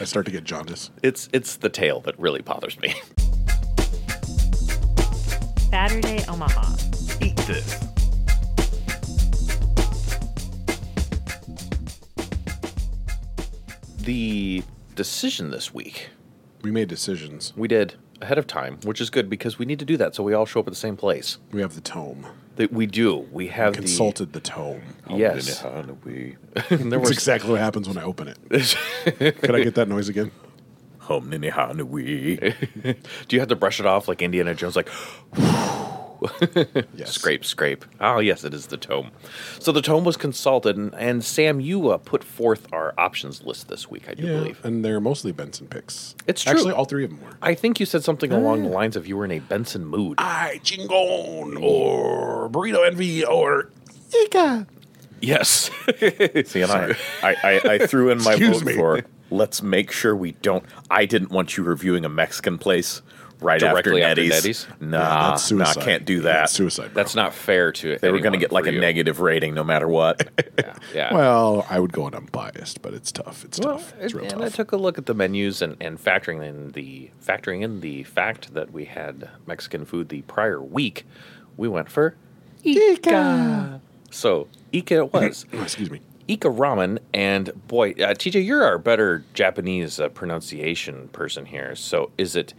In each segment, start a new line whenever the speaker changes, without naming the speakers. I start to get jaundice.
It's it's the tail that really bothers me.
Saturday, Omaha.
Eat this. The decision this week
We made decisions.
we did ahead of time, which is good because we need to do that so we all show up at the same place.
We have the tome.
That we do. We have the-
Consulted the tome.
Oh,
Yes. there
That's
was
exactly what happens when I open it. Can I get that noise again?
Do you have to brush it off like Indiana Jones, like
Yes.
scrape, scrape? Oh, yes, it is the tome. So the tome was consulted, and, and Sam, you uh, put forth our options list this week, I do
Yeah,
believe.
and they're mostly Benson picks.
It's true.
Actually, all three of them were.
I think you said something
Oh,
along the lines of you were in a Benson mood.
Ah,
I Chingon or Burrito Envy or Ika.
yes.
See, and I, I, I, I threw in my
Excuse
vote
me.
for let's make sure we don't. I didn't want you reviewing a Mexican place right
Directly after
after Nettie's.
Nettie's?
Nah,
that's suicide.
nah, can't do
Yeah,
that.
That's suicide. Bro.
That's not fair to
they were going to
anyone
get like
for
a
you.
negative rating no matter what.
Yeah.
Well, I would go and I'm biased, but it's tough. It's tough. It's real
and
tough.
I took a look at the menus and, and factoring in the factoring in the fact that we had Mexican food the prior week, we went for Ika. So Ika it was
Oh, Excuse me.
Ika ramen, and boy, uh, TJ, you're our better Japanese uh, pronunciation person here. So is it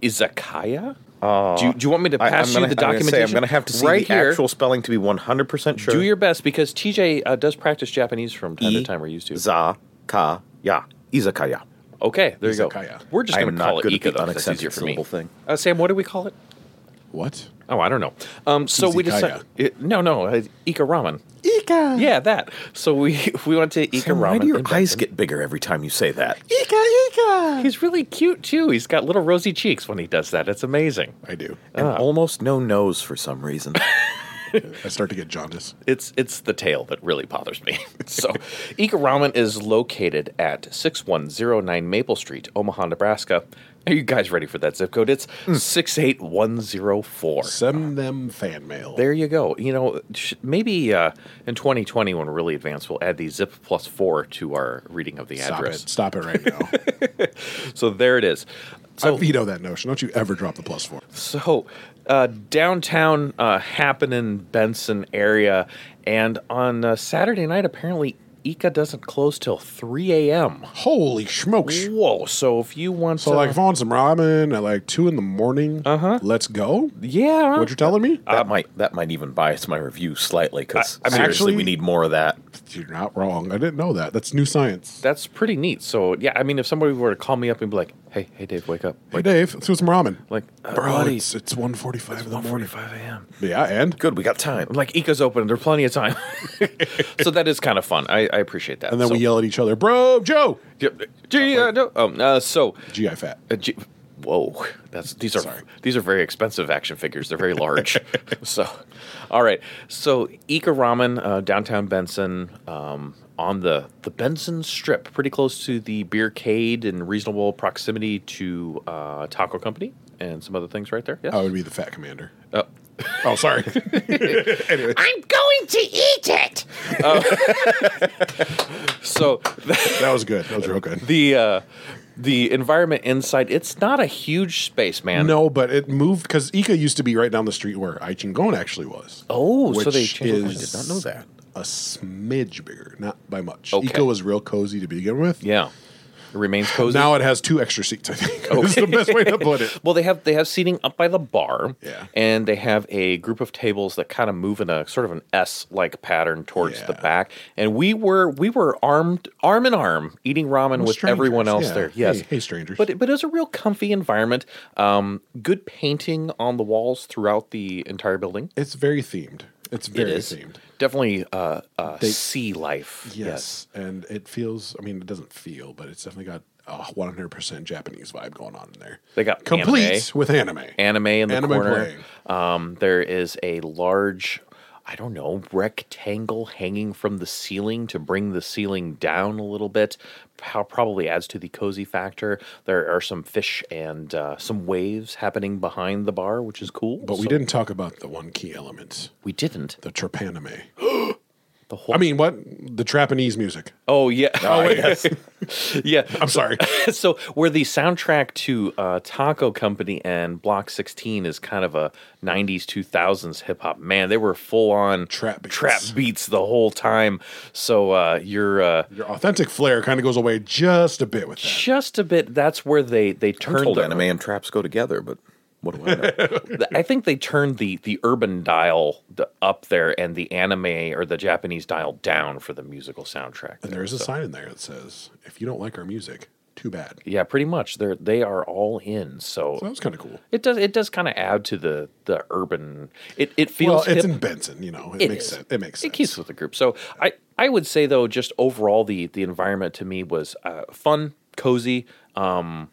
izakaya? do, you, do you want me to
Uh, I,
pass
am gonna,
you the
I'm gonna say
documentation?
I'm going to have to see
right
the
here.
actual spelling to be 100% sure.
Do your best because TJ uh, does practice Japanese from time to time. We're used to.
za ka ya izakaya.
Okay, there you
Izakaya.
go. We're just
I
going
am
to
not
call it
good at
Ika
the
though. 'cause That's
unaccented
easier for me.
syllable thing.
Uh, Sam, what do we call it?
What?
Oh, I don't know. Um, so we decided.
Izakaya.
It, no, no, uh, Ika ramen. Ika. Yeah, that. So we we went to Ika
Sam,
ramen.
why do your
in
eyes
Benton.
get bigger every time you say that?
He's really cute too. He's got little rosy cheeks when he does that. It's amazing.
I do.
And almost no nose for some reason.
I start to get jaundice.
It's it's the tail that really bothers me. so, Ika Ramen is located at 6109 Maple Street, Omaha, Nebraska. Are you guys ready for that zip code? It's 68104.
Send them fan mail.
There you go. You know, sh- maybe uh, in 2020, when we're really advanced, we'll add the zip plus four to our reading of the
Stop
address.
it. Stop it right now.
So there it is.
I veto that notion. Don't you ever drop the plus four.
So uh, downtown uh, happening Benson area, and on uh, Saturday night, apparently Ika doesn't close till 3 a.m.
Holy smokes.
Whoa! So if you want
So,
to,
like, if I want some ramen at like two in the morning, uh-huh. let's go.
yeah,
What you're telling me?
that might that might even bias my review slightly because
I- I mean,
seriously,
actually-
we need more of that.
You're not wrong. I didn't know that. That's new science.
that's pretty neat. So yeah, I mean, if somebody were to call me up and be like, "Hey, hey, Dave, wake up!"
Hey, Dave, let's do some ramen.
Like, uh,
Bro,
buddy,
it's, it's 1.45 in the morning.
45 a.m.
Yeah, and?
Good, we got time.
I'm like, Ika's open. There's plenty of time. so that is kind of fun. I, I appreciate that.
And then
so,
we yell at each other, bro, Joe!
Yeah, Gee, uh, no- um, uh, so
GI fat.
Uh, gee- whoa, that's these are
Sorry.
these are very expensive action figures. They're very large. so, all right. So Ika Ramen, uh, downtown Benson, um, on the the Benson Strip, pretty close to the Beercade, in reasonable proximity to uh, Taco Company and some other things right there. Yes.
I would be the fat commander.
Oh.
Oh, sorry.
I'm going to eat it. Oh. so
that was good. That was real good.
the uh, the environment inside, it's not a huge space, man.
No, but it moved because Ika used to be right down the street where Aichingon actually was.
Oh, so they
which
changed. it. I
is-
did not know that.
A smidge bigger, not by much.
Okay.
Ika was real cozy to begin with.
Yeah, it remains cozy.
Now it has two extra seats, I think. That's the best way to put it.
well, they have they have seating up by the bar,
Yeah.
and they have a group of tables that kind of move in a sort of an S like pattern towards the
Yeah.
back. And we were we were armed arm in arm eating ramen with
strangers,
everyone else
yeah.
there. Yes,
Hey- hey, strangers.
But it- but it's a real comfy environment. Um, good painting on the walls throughout the entire building.
It's very themed. It's very
it is
themed.
definitely uh, uh, sea life.
Yes. And it feels, I mean, it doesn't feel, but it's definitely got a 100% Japanese vibe going on in there.
They got
Complete
anime.
with anime.
anime in the
Anime
corner. Um, there is a large, I don't know, rectangle hanging from the ceiling to bring the ceiling down a little bit. How probably adds to the cozy factor. There are some fish and uh, some waves happening behind the bar, which is cool.
But we
So-
didn't talk about the one key element
We didn't.
the trypanime.
The whole.
I mean, what the Japanese music?
oh yeah,
Oh, yes.
yeah.
I'm sorry.
so where the soundtrack to uh, Taco Company and Block 16 is kind of a 90s 2000s hip hop. Man, they were full on
Trap beats.
trap beats the whole time. So uh, you're uh,
Your authentic flair kind of goes away just a bit with that.
just a bit. That's where they they
I'm
turned
told
the-
anime and traps go together, but what do I know?
the- I think they turned the the urban dial d- up there and the anime or the Japanese dial down for the musical soundtrack.
And there is a sign in there that says, "If you don't like our music, too bad."
Yeah, pretty much. They're they are all in. So,
So that was kind of cool.
it does it does kind of add to the the urban. It it feels
Well, it's
hip.
in Benson, you know. It,
It
makes
is.
sense. It makes sense.
It keeps with the group. So I, I would say though, just overall, the the environment to me was uh, fun, cozy, um,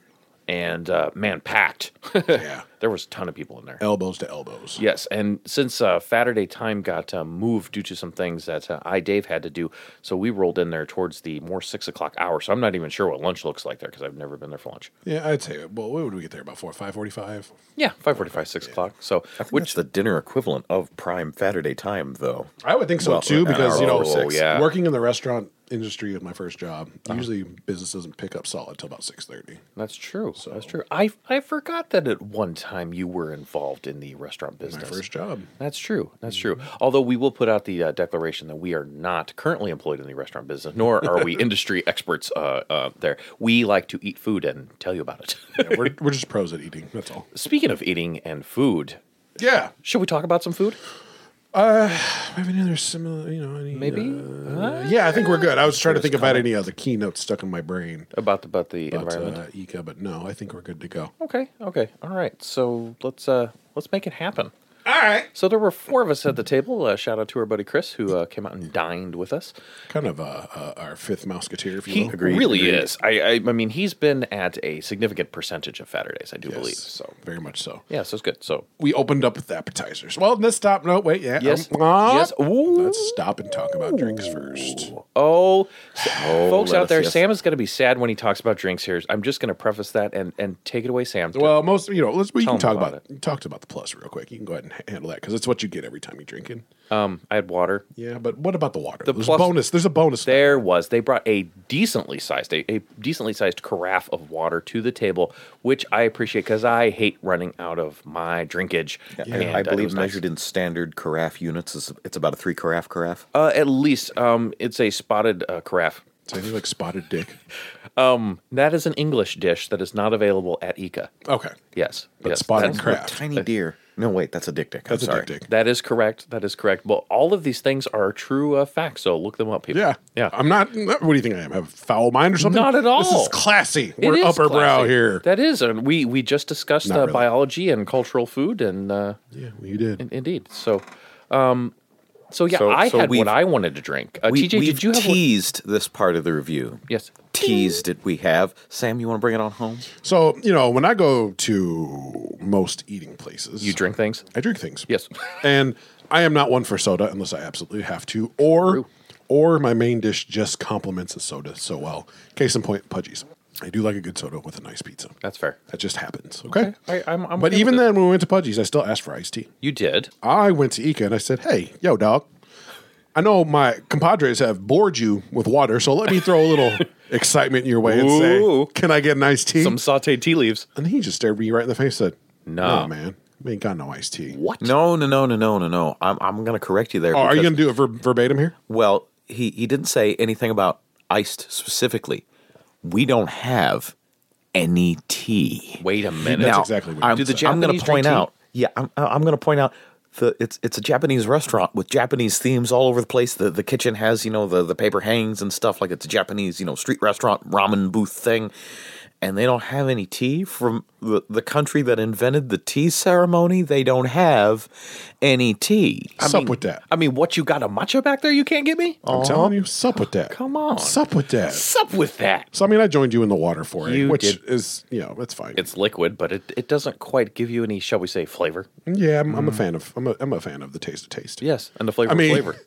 and uh, man packed.
yeah,
there was a ton of people in there.
elbows to elbows.
Yes, and since uh, Saturday time got uh, moved due to some things that uh, I Dave had to do, so we rolled in there towards the more six o'clock hour. So I'm not even sure what lunch looks like there because I've never been there for lunch.
Yeah, I'd say. Well, what would we get there? About four, five forty-five.
Yeah, five forty-five, six o'clock. So
Which the dinner equivalent of prime Saturday time, though.
I would think so
Well,
too,
an
because you know,
hour over six.
Yeah.
working in the restaurant industry with my first job, usually business doesn't pick up solid till about six thirty.
That's true. That's true. I I forgot that at one time you were involved in the restaurant
My
business.
first job.
That's true. That's true.
Mm-hmm.
Although we will put out the uh, declaration that we are not currently employed in the restaurant business, nor are we industry experts uh, uh, there. We like to eat food and tell you about it.
Yeah, we're we're just pros at eating. That's all.
Speaking of eating and food,
Yeah.
should we talk about some food?
Have any other similar? You know, any?
Maybe
uh, yeah, I think we're good. I was trying to think about any other keynotes stuck in my brain.
about the, about the
But,
environment.
uh, Ika, but no, I think we're good to go.
okay. Okay. All right. So let's uh, let's make it happen.
All right.
So there were four of us at the table. Uh, shout out to our buddy Chris who uh, came out and dined with us.
Kind of uh, uh, our fifth musketeer, if you
He
will.
really is. I, I I mean he's been at a significant percentage of Saturdays, I do believe. So
very much so.
yeah, so it's good. So
We opened up with appetizers. Well, let's stop. No, wait. Yeah.
Yes.
Um, uh,
Yes. Ooh.
Let's stop and talk about drinks first.
Oh, s- folks
let
out
us-
there,
yes.
Sam is going to be sad when he talks about drinks here. I'm just going to preface that and and take it away, Sam.
Well, most you know, let's we can
Tell 'em
talk
about
about, it. talked about the plus real quick. You can go ahead and ha- handle that because it's what you get every time you drink it.
um, I had water.
Yeah, but what about the water? there's
plus-
a bonus. There's a bonus.
There was they brought a decently sized a, a decently sized carafe of water to the table, which I appreciate because I hate running out of my drinkage.
And
And,
I
uh, it
believe
was nice.
measured in standard carafe units, is it's about a three carafe carafe.
Uh, at least um, it's a spotted uh, carafe.
It's anything like spotted dick.
That is an English dish that is not available at Ica.
Okay,
Yes,
but
yes,
spotted
that's-
craft.
Tiny deer. No, wait, that's a dick dick. I'm
That's
sorry.
a dick dick.
That is correct. That is correct. But all of these things are true uh, facts. So look them up, people.
Yeah,
yeah.
I'm not. What do you think I am? Have a foul mind or something?
Not at
This
all.
is classy.
It
We're
is
upper brow
classy.
here.
That is, and we we just discussed
Not
uh,
really.
biology and cultural food, and uh,
yeah, well, you did.
indeed. So, um, so yeah,
So-
I
so
had
we've-
what I wanted to drink. Uh,
We,
TJ,
we've
did you have? one?
teased this part of the review.
Yes.
Teased it. We have. Sam, you want to bring it on home?
So you know, when I go to most eating places,
You drink things?
I drink things.
Yes.
and I am not one for soda unless I absolutely have to, or or my main dish just complements a soda so well. Case in point, Pudgies. I do like a good soda with a nice pizza.
That's fair.
That just happens. Okay.
I, I'm, I'm
but
okay
even
with it.
then, when we went to Pudgies, I still asked for iced tea.
you did.
I went to Ika and I said, "Hey, yo, dog. I know my compadres have bored you with water, so let me throw a little excitement your way and
Ooh.
say, can I get an iced tea?"
Some sautéed tea leaves.
and he just stared me right in the face and said,
No.
"No, man, we ain't got no iced tea."
What?
No, no, no, no, no, no, no. I'm, I'm going to correct you there.
Oh, are you going
because-
to do it ver- verbatim here?
Well, he, he didn't say anything about iced specifically. We don't have any tea.
Wait a minute.
That's
now,
exactly what
I'm,
he
Do the
I'm going
Japanese
to
drink
point
tea?
out. Yeah, I'm, I'm going to point out. The, it's it's a Japanese restaurant with Japanese themes all over the place. The the kitchen has you know the, the paper hangs and stuff like it's a Japanese you know street restaurant ramen booth thing, and they don't have any tea from the, the country that invented the tea ceremony. They don't have any tea.
Sup with that.
I mean, what you got a matcha back there? You can't get me.
I'm telling you, sup with that.
Come on.
Sup with that.
What's up with that?
So, I mean, I joined you in the water for it,
You
which
did.
is, you know, that's fine.
It's liquid, but it, it doesn't quite give you any, shall we say, flavor.
yeah, I'm, I'm
Mm.
a fan of, I'm a, I'm a fan of the taste of taste.
Yes, and the flavor.
I mean,
of flavor.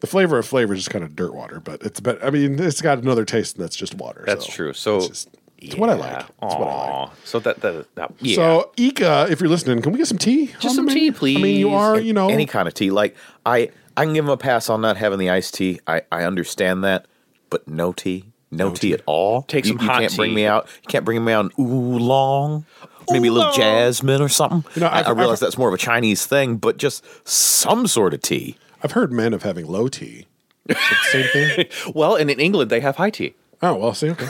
the flavor of flavor is just kind of dirt water, but it's, but I mean, it's got another taste and that's just water.
That's
so
true. So
it's, just, it's what I like.
Yeah.
It's what I like.
Aw. So that that, that yeah.
So, Ika, if you're listening, can we get some tea?
Just some tea,
I mean, you
please.
are, you know,
any kind of tea. Like I, I can give him a pass on not having the iced tea. I, I understand that, but no tea, no, tea, at all.
Take
you,
some
you
hot
can't bring
tea.
me out. You can't bring me out an oolong, maybe a little
Oolong.
jasmine or something.
You know,
I,
I've-
I realize
I've-
that's more of a Chinese thing, but just some sort of tea.
I've heard men of having low tea. Is that the same thing.
Well, and in England they have high tea.
Oh well, see. Okay.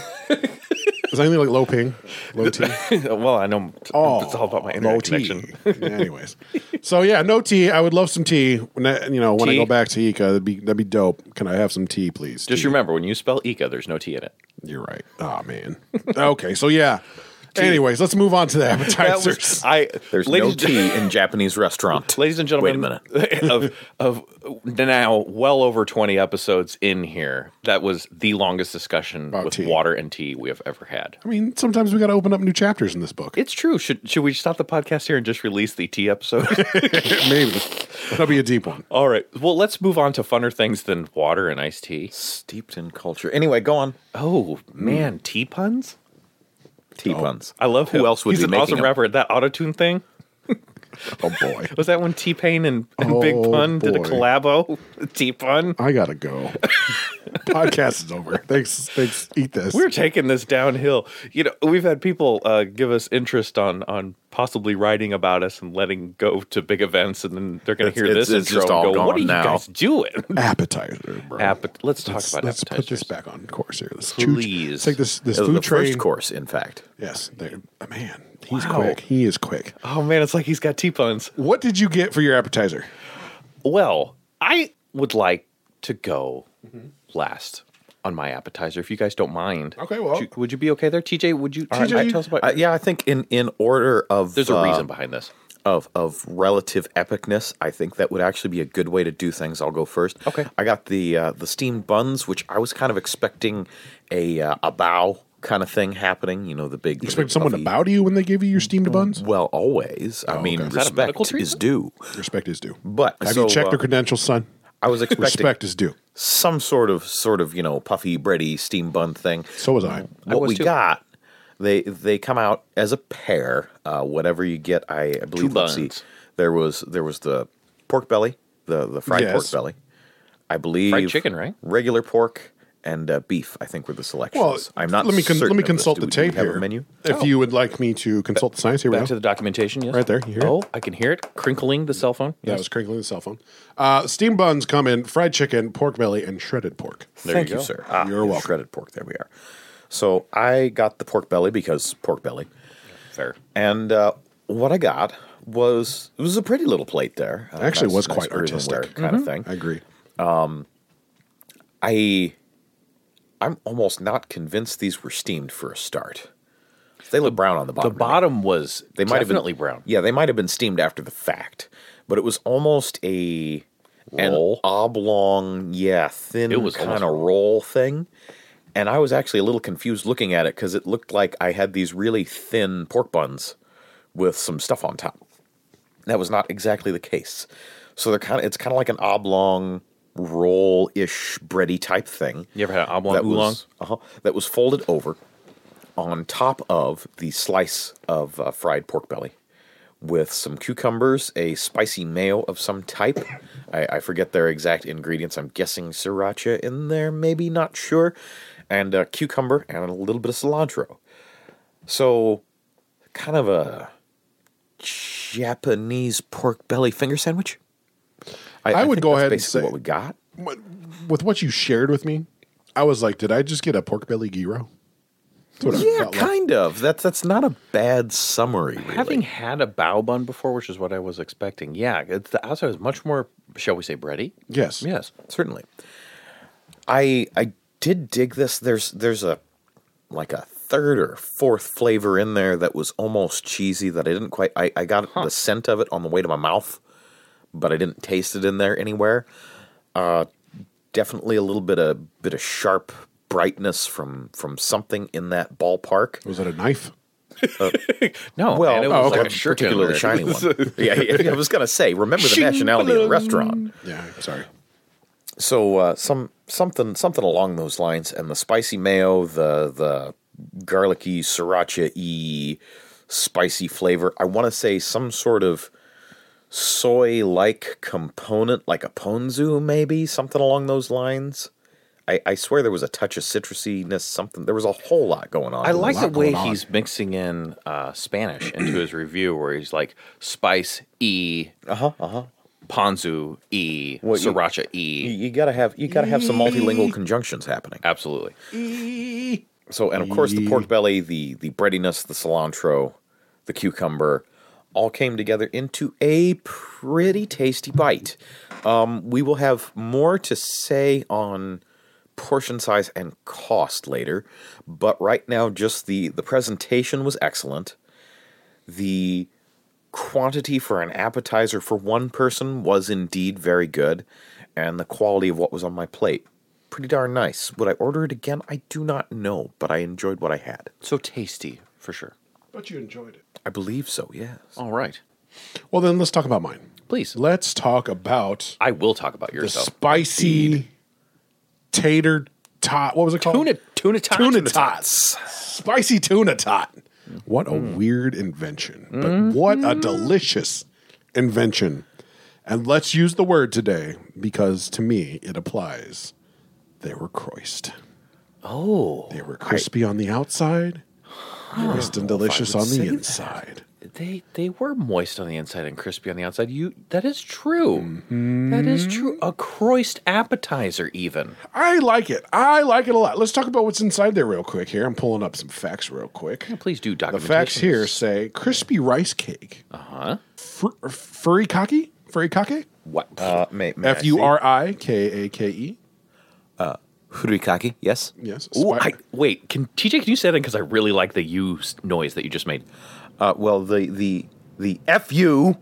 Is anything like low ping, low tea?
well, I know
Oh,
it's all about my
low
internet connection.
tea. Anyways, so yeah, no tea. I would love some tea. When I, you know, when I
Tea?
go back to Ica, that'd be that'd be dope. Can I have some tea, please?
Just
Tea.
remember when you spell Ika, there's no T in it.
You're right. Oh man. okay, so yeah. Anyways, let's move on to the
That
appetizers.
was, I,
There's
ladies,
no tea in Japanese restaurant.
Ladies and gentlemen,
Wait
of of now well over twenty episodes in here, that was the longest discussion
About
with
tea.
water and tea we have ever had.
I mean, sometimes we got to open up new chapters in this book.
It's true. Should should we stop the podcast here and just release the tea episode?
Maybe that'll be a deep one.
All right. Well, let's move on to funner things than water and iced tea.
Steeped in culture. Anyway, go on.
Oh man, tea puns.
Tea puns.
I love
Who
him.
else would
He's
be
an
making
awesome
them?
rapper. That auto tune thing
Oh boy,
was that when T Pain and, and Big
Oh,
Pun did a
boy.
collabo. T Pun.
I gotta go. Podcast is over. Thanks, thanks. Eat this.
We're taking this downhill. You know, we've had people uh, give us interest on on possibly writing about us and letting go to big events, and then they're going to
It's-
hear
it's-
this
it's
intro
just
and
all
go, "What
gone
are you
now."
guys doing?"
appetizer, bro.
App- let's talk
let's,
about
let's put
appetizers.
this back on course here. Let's choo-
Please.
let's take this this
It was
food
the
train.
first course, in fact.
Yes, there- Uh, man, he's
Wow.
quick. He is quick.
Oh man, it's like he's got T puns.
What did you get for your appetizer?
Well, I would like to go last on my appetizer, if you guys don't mind.
Mm-hmm. Okay, well-
would you, would you be okay there, TJ? Would you?
right,
I-
you-
tell us about.
Uh, yeah, I think in, in order of
there's a
uh,
reason behind this.
of of relative epicness, I think that would actually be a good way to do things. I'll go first.
Okay.
I got the uh, the steamed buns, which I was kind of expecting a uh, a bow kind of thing happening. You know, the big
You expect someone to bow to you when they give you your steamed buns?
Well, always. I mean,
okay. Is
that a medical
respect is
treatment?
due.
Respect is due.
But
have
so,
you checked
uh,
their credentials, son?
I was expecting
Respect is due.
some sort of sort of you know puffy bready steam bun thing.
So was I.
what
was
we
too.
got, they they come out as a pair. Uh, whatever you get, I, I believe.
Two
let's see,
buns.
There was there was the pork belly, the the fried
Yes.
pork belly. I believe
chicken, right?
Regular pork and uh, beef. I think were the selections.
Well,
I'm not.
Let me con-
certain
let me
of this.
consult
Do
the
we- do we
tape
have
here.
A menu. Oh.
If you would like me to consult the science, here we go.
Back to the documentation, yes.
Right there, you hear it?
oh, I can hear it crinkling the cell phone.
That was crinkling the cell phone. Uh, steam buns come in fried chicken, pork belly, and shredded pork.
There
Thank
you
you,
go.
sir.
You're welcome.
Shredded pork. There we are. So I got the pork belly because pork belly.
Fair.
And uh, what I got was it was a pretty little plate there. Uh,
Actually was quite
earthenware
artistic.
Mm-hmm.
kind of thing.
I agree.
I I'm almost not convinced these were steamed for a start. They look brown on the
The
bottom. to me.
bottom was
They might
definitely
have been,
brown.
Yeah, they might have been steamed after the fact, but it was almost a
Roll?
an oblong, yeah, thin
It was
kind of
almost-
roll thing. And I was actually a little confused looking at it because it looked like I had these really thin pork buns with some stuff on top. That was not exactly the case. So they're kind of it's kind of like an oblong roll ish bready type thing.
You ever had an oblong
that was-
oolong?
uh-huh, that was folded over on top of the slice of uh, fried pork belly with some cucumbers, a spicy mayo of some type. I, I forget their exact ingredients. I'm guessing sriracha in there, maybe not sure, and a cucumber and a little bit of cilantro. So, kind of a Japanese pork belly finger sandwich.
I would
think
go
that's
ahead and
basically
say-
what we got.
What, with what you shared with me, I was like, did I just get a pork belly gyro? That's what I
Yeah,
felt like.
kind of. That's that's not a bad summary. Really.
Having had a bao bun before, which is what I was expecting, yeah, it's, the outside is much more, shall we say, bready.
Yes.
Yes.
certainly. I I did dig this. There's there's a like a third or fourth flavor in there that was almost cheesy that I didn't quite I, I got the scent of it on the way to my mouth, but I didn't taste it in there anywhere. Uh definitely a little bit of bit of sharp brightness from from something in that ballpark.
Was it a knife?
No.
Well,
man, it was
oh,
like
okay.
a shirt
particularly
handler.
shiny one. yeah, yeah, I was gonna say. Remember the nationality of the restaurant.
Yeah, sorry.
So uh, some something something along those lines, and the spicy mayo, the the garlicky sriracha y spicy flavor. I want to say some sort of soy like component, like a ponzu, maybe something along those lines. I, I swear there was a touch of citrusiness, something. There was a whole lot going on.
I like
lot
the way
going on.
he's mixing in uh, Spanish into his review, where he's like spice e, uh
Uh-huh,
huh, uh huh, ponzu e,
What you-
sriracha e.
you, you gotta have you gotta have some multilingual conjunctions happening.
Absolutely,
So, and of course, the pork belly, the the breadiness, the cilantro, the cucumber, all came together into a pretty tasty bite. Um, we will have more to say on portion size and cost later, but right now, just the the presentation was excellent. The quantity for an appetizer for one person was indeed very good, and the quality of what was on my plate pretty darn nice. Would I order it again? I do not know, but I enjoyed what I had.
so tasty for sure.
But you enjoyed it.
I believe so. Yes.
All right,
Well, then let's talk about mine.
please.
Let's talk about
I will talk about
the
yours though.
spicy tater tot. What was it called?
Tuna, tuna tot.
Tuna tots. Spicy tuna tot. What a weird invention, but what a delicious invention. And let's use the word today because to me it applies. They were croissed.
Oh,
They were crispy on the outside, moist and delicious on the inside.
they they were moist on the inside and crispy on the outside. You that is true. That is
Mm-hmm.
true. A croissed appetizer, even.
I like it. I like it a lot. Let's talk about what's inside there real quick here. I'm pulling up some facts real quick.
Please do
The
documentation.
facts here say crispy rice cake,
Uh huh.
fur, furry cocky, furry cocky,
What?
Uh, may, may I
F U
see?
R I K A K E.
Furikake. Yes.
Yes.
Ooh,
spi-
I, wait, can TJ? Can you say that? Because I really like the "you" s- noise that you just made.
Uh, well, the the the fu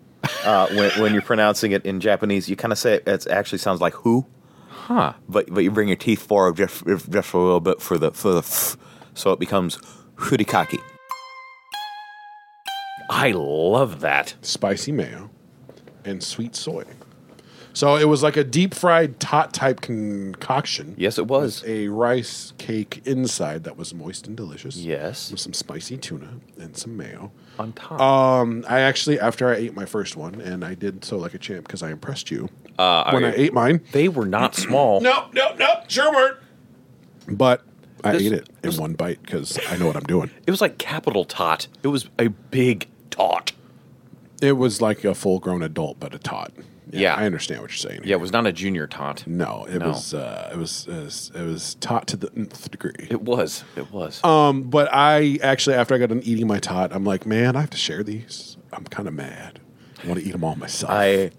uh, when when you're pronouncing it in Japanese, you kind of say it, it actually sounds like who,
Huh?
but but you bring your teeth forward just just a little bit for the for the f, so it becomes furikake.
I love that.
spicy mayo, and sweet soy. So it was like a deep fried tot type concoction.
Yes, it was.
A rice cake inside that was moist and delicious.
Yes.
With some spicy tuna and some mayo.
On top.
Um, I actually, after I ate my first one, and I did so like a champ because I impressed you uh, when I ate mine.
they were not small.
Nope, nope, nope, sure weren't. But I
This-
ate it in one bite because I know what I'm doing.
It was like capital tot. It was a big tot.
It was like a full grown adult, but a tot.
Yeah.
I understand what you're saying.
Yeah, it was not a junior tot.
No, it
No.
was uh, it was it was- it was taught to the nth degree.
It was. It was.
Um, but I actually, after I got done eating my tot, I'm like, man, I have to share these. I'm kind of mad. I want to eat them all myself.
I,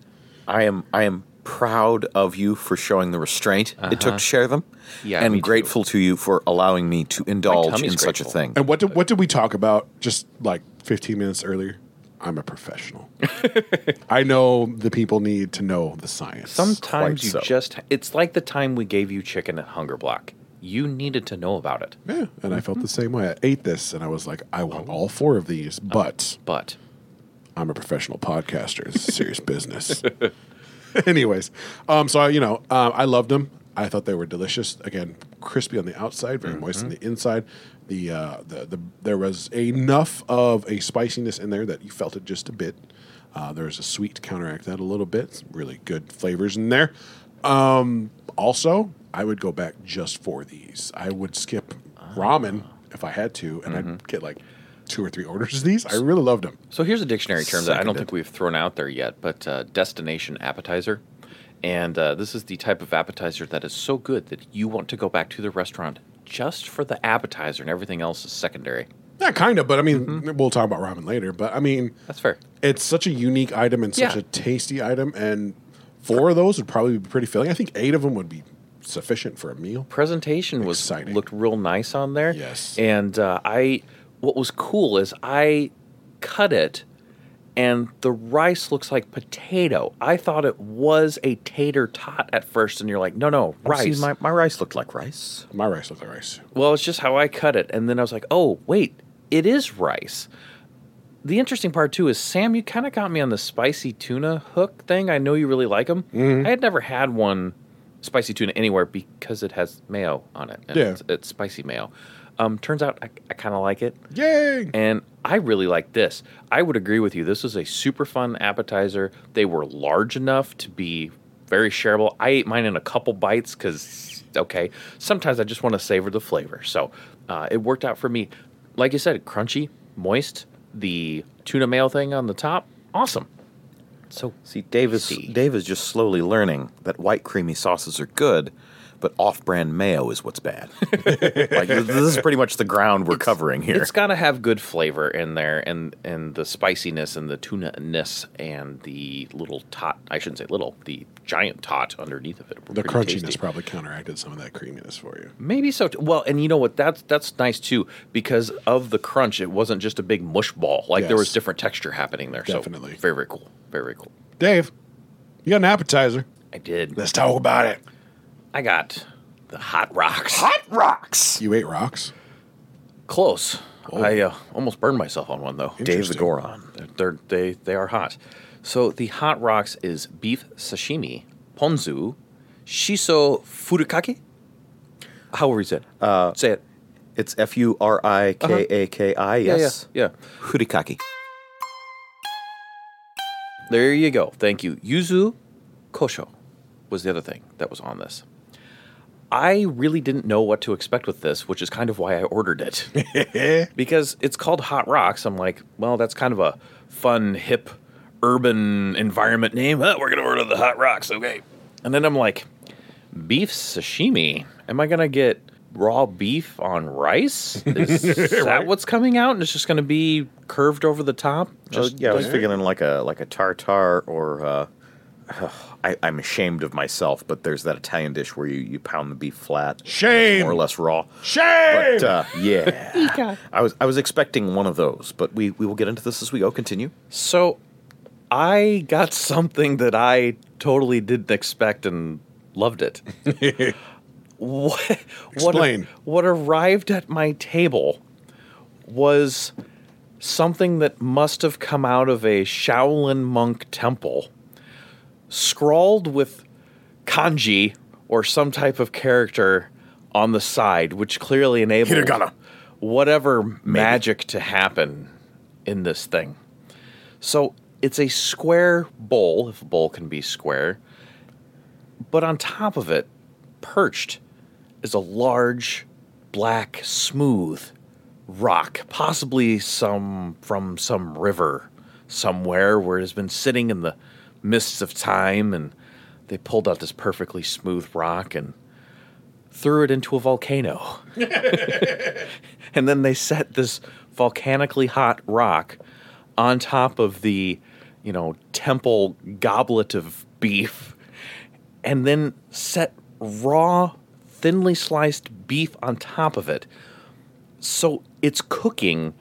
I am, I am proud of you for showing the restraint it took to share them,
Uh-huh. Yeah, me
and
too.
grateful to you for allowing me to indulge
tummy's
in such a
grateful.
thing.
and what did what did we talk about just like 15 minutes earlier? I'm a professional. I know the people need to know the science.
Sometimes
quite
you
so.
just. It's like the time we gave you chicken at Hunger Block. You needed to know about it.
yeah, and I felt the same way. I ate this, and I was like, I want all four of these, but
But
I'm a professional podcaster. It's serious business. Anyways, um, so I, you know, um, I loved them. I thought they were delicious. Again, crispy on the outside, very moist on the inside. The, uh, the the there was enough of a spiciness in there that you felt it just a bit. Uh, there was a sweet to counteract that a little bit. Some really good flavors in there. Um, also, I would go back just for these. I would skip ramen if I had to, and I'd get like two or three orders of these. I really loved them.
so here's a dictionary term that I don't
Seconded.
think we've thrown out there yet, but uh, destination appetizer. And uh, this is the type of appetizer that is so good that you want to go back to the restaurant just for the appetizer and everything else is secondary.
Yeah, kind of, but I mean,
Mm-hmm.
we'll talk about ramen later. But I mean,
That's fair.
it's such a unique item and such
Yeah.
a tasty item, and four of those would probably be pretty filling. I think eight of them would be sufficient for a meal.
presentation was
Exciting.
looked real nice on there.
Yes.
And uh, I, what was cool is I cut it, and the rice looks like potato. I thought it was a tater tot at first, and you're like, no, no, rice.
See, my, my rice looked like rice.
My rice looked like rice.
well, it's just how I cut it, and then I was like, oh wait, it is rice. The interesting part too is Sam, you kind of got me on the spicy tuna hook thing. I know you really like them. I had never had one spicy tuna anywhere because it has mayo on it. And
Yeah.
it's, it's spicy mayo. Um, turns out I, I kind of like it.
Yay!
And I really like this. I would agree with you. This was a super fun appetizer. They were large enough to be very shareable. I ate mine in a couple bites because, okay, sometimes I just want to savor the flavor. So uh, it worked out for me. Like you said, crunchy, moist, the tuna mayo thing on the top, awesome. So
See, Dave is
See.
Dave is just slowly learning that white creamy sauces are good, but off-brand mayo is what's bad. like th- this is pretty much the ground we're covering here.
It's got to have good flavor in there, and and the spiciness and the tuna ness and the little tot. I shouldn't say little. The giant tot underneath of it. were
The
pretty
crunchiness
tasty.
probably counteracted some of that creaminess for you.
Maybe so. Too. Well, and you know what? That's that's nice too because of the crunch. It wasn't just a big mush ball. Like there
Yes.
was different texture happening there.
Definitely.
So very very cool. Very very cool.
Dave, you got an appetizer.
I did.
Let's talk about it.
I got the hot rocks.
rocks.
You ate rocks?
Close. I uh, almost burned myself on one though.
Dave
Oh. Interesting.
the Goron.
They're, they're- they they are hot. So the hot rocks is beef sashimi, ponzu, shiso furikake. However you said, uh, say it. Uh-huh.
It's F U R I K A K I. Yes.
yeah, yeah.
Hurikaki.
There you go. Thank you. Yuzu kosho was the other thing that was on this. I really didn't know what to expect with this, which is kind of why I ordered it. because it's called Hot Rocks. I'm like, well, that's kind of a fun, hip, urban environment name. Huh, we're going to order the Hot Rocks. Okay. And then I'm like, beef sashimi. Am I going to get raw beef on rice? Is that what's coming out? And it's just going to be curved over the top? Just
yeah, I was figuring like a like a tartar or uh, I, I'm ashamed of myself, but there's that Italian dish where you, you pound the beef flat,
Shame.
more or less raw.
Shame!
But uh, yeah, I was I was expecting one of those, but we, we will get into this as we go. Continue.
So I got something that I totally didn't expect and loved it. what, what,
Explain.
what arrived at my table was something that must have come out of a Shaolin monk temple, scrawled with kanji or some type of character on the side, which clearly enabled
Hiragana.
whatever magic to happen in this thing. So it's a square bowl, if a bowl can be square, but on top of it, perched, is a large, black, smooth rock, possibly some from some river somewhere where it has been sitting in the mists of time and they pulled out this perfectly smooth rock and threw it into a volcano. and then they set this volcanically hot rock on top of the, you know, temple goblet of beef, and then set raw, thinly sliced beef on top of it. So it's cooking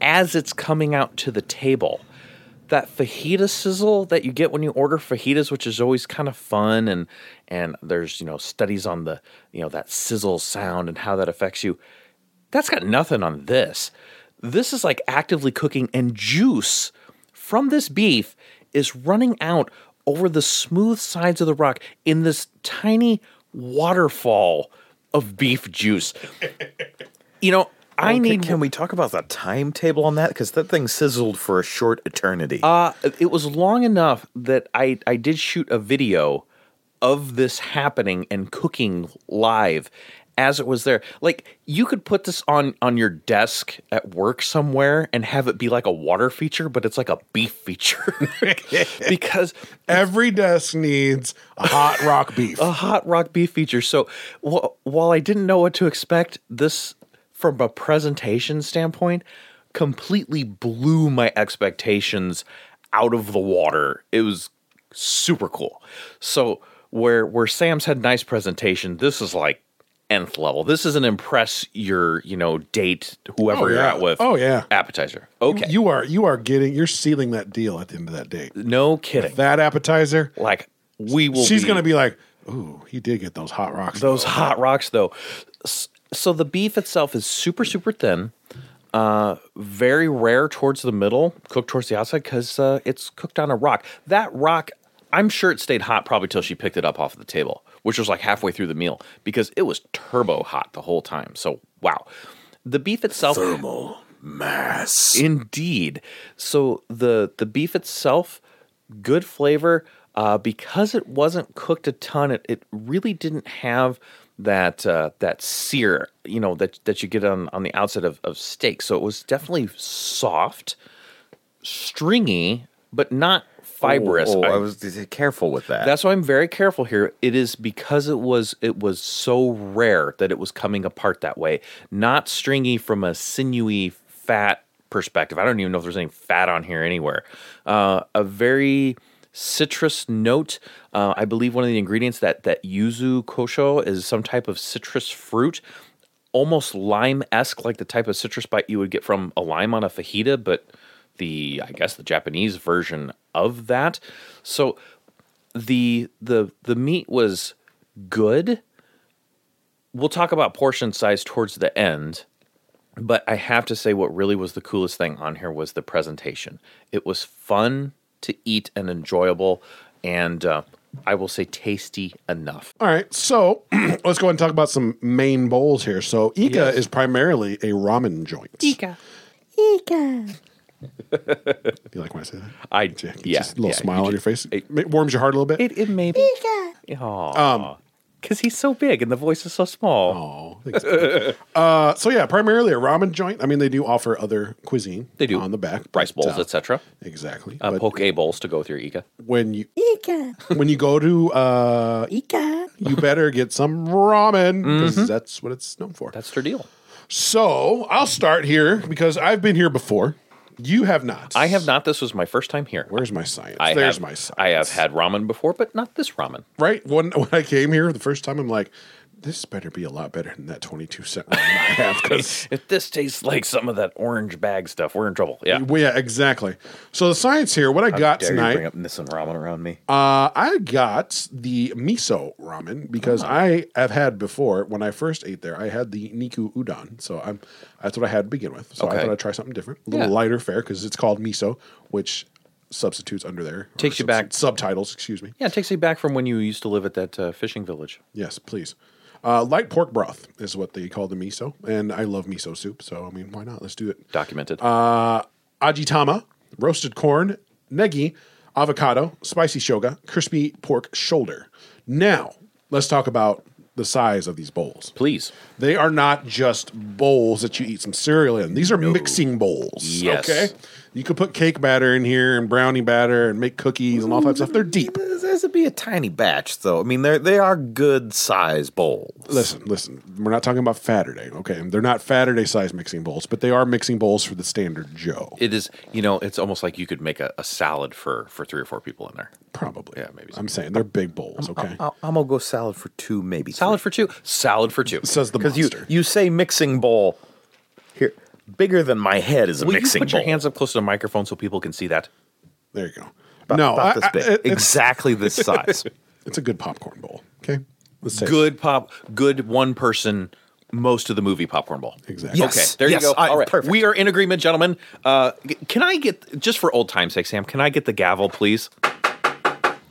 as it's coming out to the table. That fajita sizzle that you get when you order fajitas, which is always kind of fun, and and there's you know studies on the you know that sizzle sound and how that affects you. That's got nothing on this. This is like actively cooking, and juice from this beef is running out over the smooth sides of the rock in this tiny waterfall of beef juice. You know, I
Can-
need.
Can we talk about the timetable on that? Because that thing sizzled for a short eternity.
uh, it was long enough that I I did shoot a video of this happening and cooking live as it was there. Like you could put this on on your desk at work somewhere and have it be like a water feature, but it's like a beef feature because
Every desk needs a hot rock beef.
a hot rock beef feature. So wh- while I didn't know what to expect, this from a presentation standpoint completely blew my expectations out of the water. It was super cool. So where where Sam's had nice presentation, this is like nth level. This is an impress your you know date whoever
Oh,
you're
yeah.
out with.
Oh, yeah.
appetizer. Okay,
You are you are getting you're sealing that deal at the end of that date.
no kidding.
That appetizer,
like we will.
she's
be,
gonna be like, "Ooh, he did get those hot rocks."
those hot rocks though S- so the beef itself is super super thin uh very rare towards the middle cooked towards the outside because uh, it's cooked on a rock that rock i'm sure it stayed hot probably till she picked it up off the table which was like halfway through the meal because it was turbo hot the whole time so wow the beef itself
Thermal mass.
Indeed. So the the beef itself, good flavor. Uh, because it wasn't cooked a ton, it, it really didn't have that uh, that sear, you know, that that you get on on the outside of, of steak. So it was definitely soft, stringy, but not fibrous.
Oh, oh,
I-
I was careful with that.
that's why I'm very careful here. It is because it was it was so rare that it was coming apart that way. Not stringy from a sinewy fat perspective. I don't even know if there's any fat on here anywhere. Uh, a very citrus note. Uh, I believe one of the ingredients that that yuzu kosho is some type of citrus fruit. Almost lime esque, like the type of citrus bite you would get from a lime on a fajita, but the, I guess, the Japanese version of that. So the the the meat was good. We'll talk about portion size towards the end, but I have to say what really was the coolest thing on here was the presentation. It was fun to eat and enjoyable, and uh, I will say tasty enough.
All right, so let's go ahead and talk about some main bowls here. So Ika
Yes.
is primarily a ramen joint.
Ika.
You like when I say that?
I
Yeah,
yeah,
just a little
yeah,
smile
you
on your
just-
face. It, warms your heart a little bit.
It, it may be um because he's so big and the voice is so small.
Oh, thanks. uh, so yeah, primarily a ramen joint. I mean, they do offer other cuisine.
They do.
on the back
Rice
but,
bowls,
uh,
etc.
Exactly.
Uh,
but
poke bowls to go with your Ika.
when you when you go to uh, Ika, you better get some ramen because
Mm-hmm.
that's what it's known for.
That's their deal.
So I'll start here because I've been here before. You have not.
I have not. This was my first time here.
Where's my science?
I
There's
have,
my science.
I have had ramen before, but not this ramen.
right when when I came here the first time. I'm like, this better be a lot better than that 22 cent ramen I have because.
If this tastes like some of that orange bag stuff, we're in trouble. Yeah.
Well, yeah, exactly. So the science here, what I got
Dare you bring
tonight,
up Nissan ramen around me?
uh, I got the miso ramen because
Uh-huh.
I have had before when I first ate there. I had the niku udon, so I'm that's what I had to begin with. So I
Okay.
thought I'd try something different, a little
Yeah.
lighter fare because it's called miso, which substitutes under there or
Takes you
subs-
back-
subtitles. Excuse me.
yeah, it takes me back from when you used to live at that uh, fishing village.
Yes, please. Uh, light pork broth is what they call the miso, and I love miso soup, so I mean, why not? Let's do it.
Documented.
Uh, ajitama, roasted corn, negi, avocado, spicy shoga, crispy pork shoulder. Now, let's talk about the size of these bowls.
Please.
They are not just bowls that you eat some cereal in. These are mixing bowls.
Yes.
Okay. You could put cake batter in here and brownie batter and make cookies and all that stuff. They're deep.
This this would be a tiny batch, though. I mean, they they are good size bowls.
Listen, listen. We're not talking about Fatterday, okay? They're not Fatterday size mixing bowls, but they are mixing bowls for the standard Joe.
It is, you know, it's almost like you could make a, a salad for, for three or four people in there.
Probably.
Yeah, maybe so. Um,
I'm saying they're big bowls, okay?
I- I'm gonna go salad for two, maybe
Salad for two. Salad for two.
Says the
Because you
monster.
you say mixing bowl here bigger than my head is a
Will you
mixing
put
bowl.
your hands up close to the microphone so people can see that?
there you go.
About-
no,
about
I-
this
I-
big,
it- it's,
exactly this size.
it's a good popcorn bowl, okay? Let's say
Good pop, good one person, most of the movie popcorn bowl.
Exactly.
Yes.
Okay, there
Yes,
you go.
I-
All right,
perfect.
we are in agreement, gentlemen. Uh, g- can I get just for old time's sake, Sam? Can I get the gavel, please?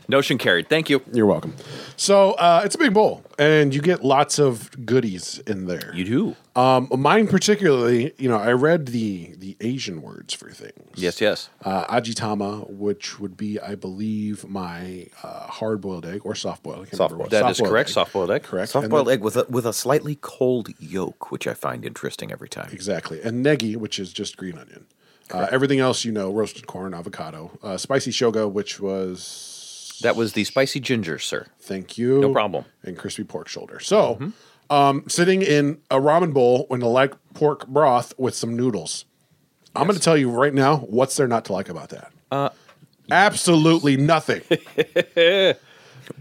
Notion carried. Thank you.
Oh, You're welcome. So uh, it's a big bowl, and you get lots of goodies in there.
You do.
Um, mine particularly, you know, I read the the Asian words for things.
Yes, yes.
uh, ajitama, which would be, I believe, my uh, hard boiled egg or soft boiled.
Soft-boiled.
That is correct. Soft boiled egg.
Correct.
Soft
And
boiled
then-
egg with a with a slightly cold yolk, which I find interesting every time.
Exactly. And negi, which is just green onion. Uh, everything else you know roasted corn, avocado, uh, spicy shoga, which was,
That was the spicy ginger, sir.
thank you.
No problem.
And crispy pork shoulder. So, um, sitting in a ramen bowl in a light pork broth with some noodles. I'm going to tell you right now what's there not to like about that? Uh, Absolutely nothing.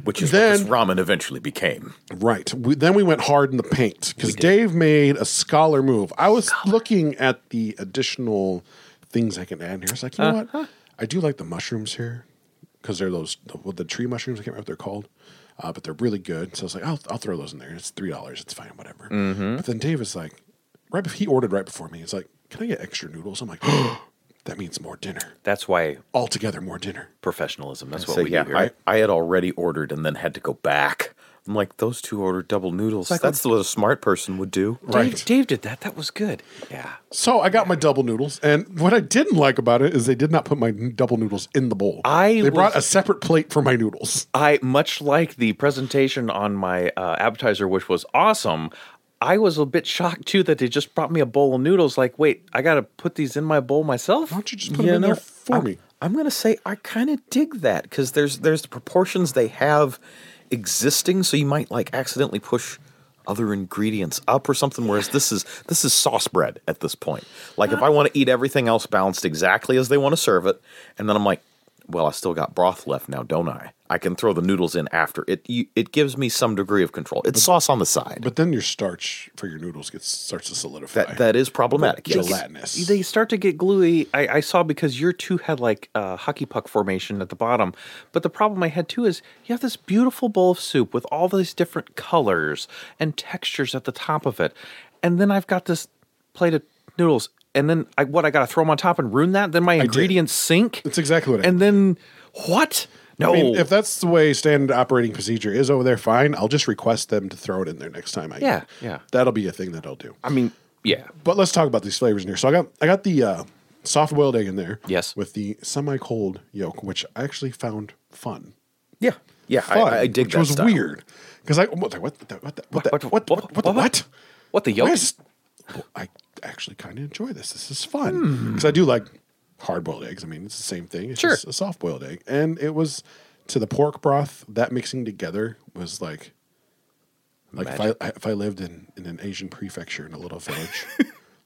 Which is
Then-
what this ramen eventually became.
Right. We, then we went hard in the paint because Dave made a scholar move. I was looking at the additional things I can add in here. It's like, you know what? I do like the mushrooms here because they're those the, well, the tree mushrooms. I can't remember what they're called, uh, but they're really good. So I was like, I'll, I'll throw those in there. It's three dollars. It's fine. Whatever. But then Dave is like, right bef- he ordered right before me. He's like, can I get extra noodles? I'm like, that means more dinner.
That's why
Altogether, more dinner.
professionalism. That's what
So
we
yeah,
do here.
I, I had already ordered and then had to go back. I'm like, those two ordered double noodles.
like
That's what a smart person would do.
Right.
Dave, Dave did that. That was good. Yeah.
So I got my double noodles, and what I didn't like about it is they did not put my n- double noodles in the bowl.
I
they
was-
brought a separate plate for my noodles.
I much like the presentation on my uh, appetizer, which was awesome. I was a bit shocked too that they just brought me a bowl of noodles. Like, wait, I got to put these in my bowl myself.
Why don't you just put them in there for
I'm,
me?
I'm gonna say I kind of dig that because there's there's the proportions they have existing, so you might like accidentally push other ingredients up or something. Whereas this is this is sauce bread at this point. Like if I want to eat everything else balanced exactly as they want to serve it, and then I'm like, well, I still got broth left now, don't I? I can throw the noodles in after it. You, it gives me some degree of control. It's sauce on the side.
But then your starch for your noodles gets starts to solidify.
that that is problematic. Yes.
gelatinous.
They start to get gluey. I, I saw because your two had like a hockey puck formation at the bottom. But the problem I had too is you have this beautiful bowl of soup with all these different colors and textures at the top of it, and then I've got this plate of noodles. And then I, what I got to throw them on top and ruin that? Then my ingredients sink.
That's exactly what I
And then what? No,
I mean, if that's the way standard operating procedure is over there, fine. I'll just request them to throw it in there next time. I
Yeah,
eat.
yeah.
That'll be a thing that I'll do.
I mean, yeah,
But let's talk about these flavors in here. So I got I got the uh, soft boiled egg in there.
Yes.
With the semi cold yolk, which I actually found fun.
Yeah, yeah, I,
Fun.
I dig
Which
that
was
style.
weird because I what the what the what the what the, what what what, what, what?
What the yolk?
Where's- Well, I actually kind of enjoy this. This is fun because I do like hard boiled eggs. I mean, it's the same thing. It's
Sure.
just a soft boiled egg, and it was to the pork broth that mixing together was like. Like if I if I lived in, in an Asian prefecture in a little village,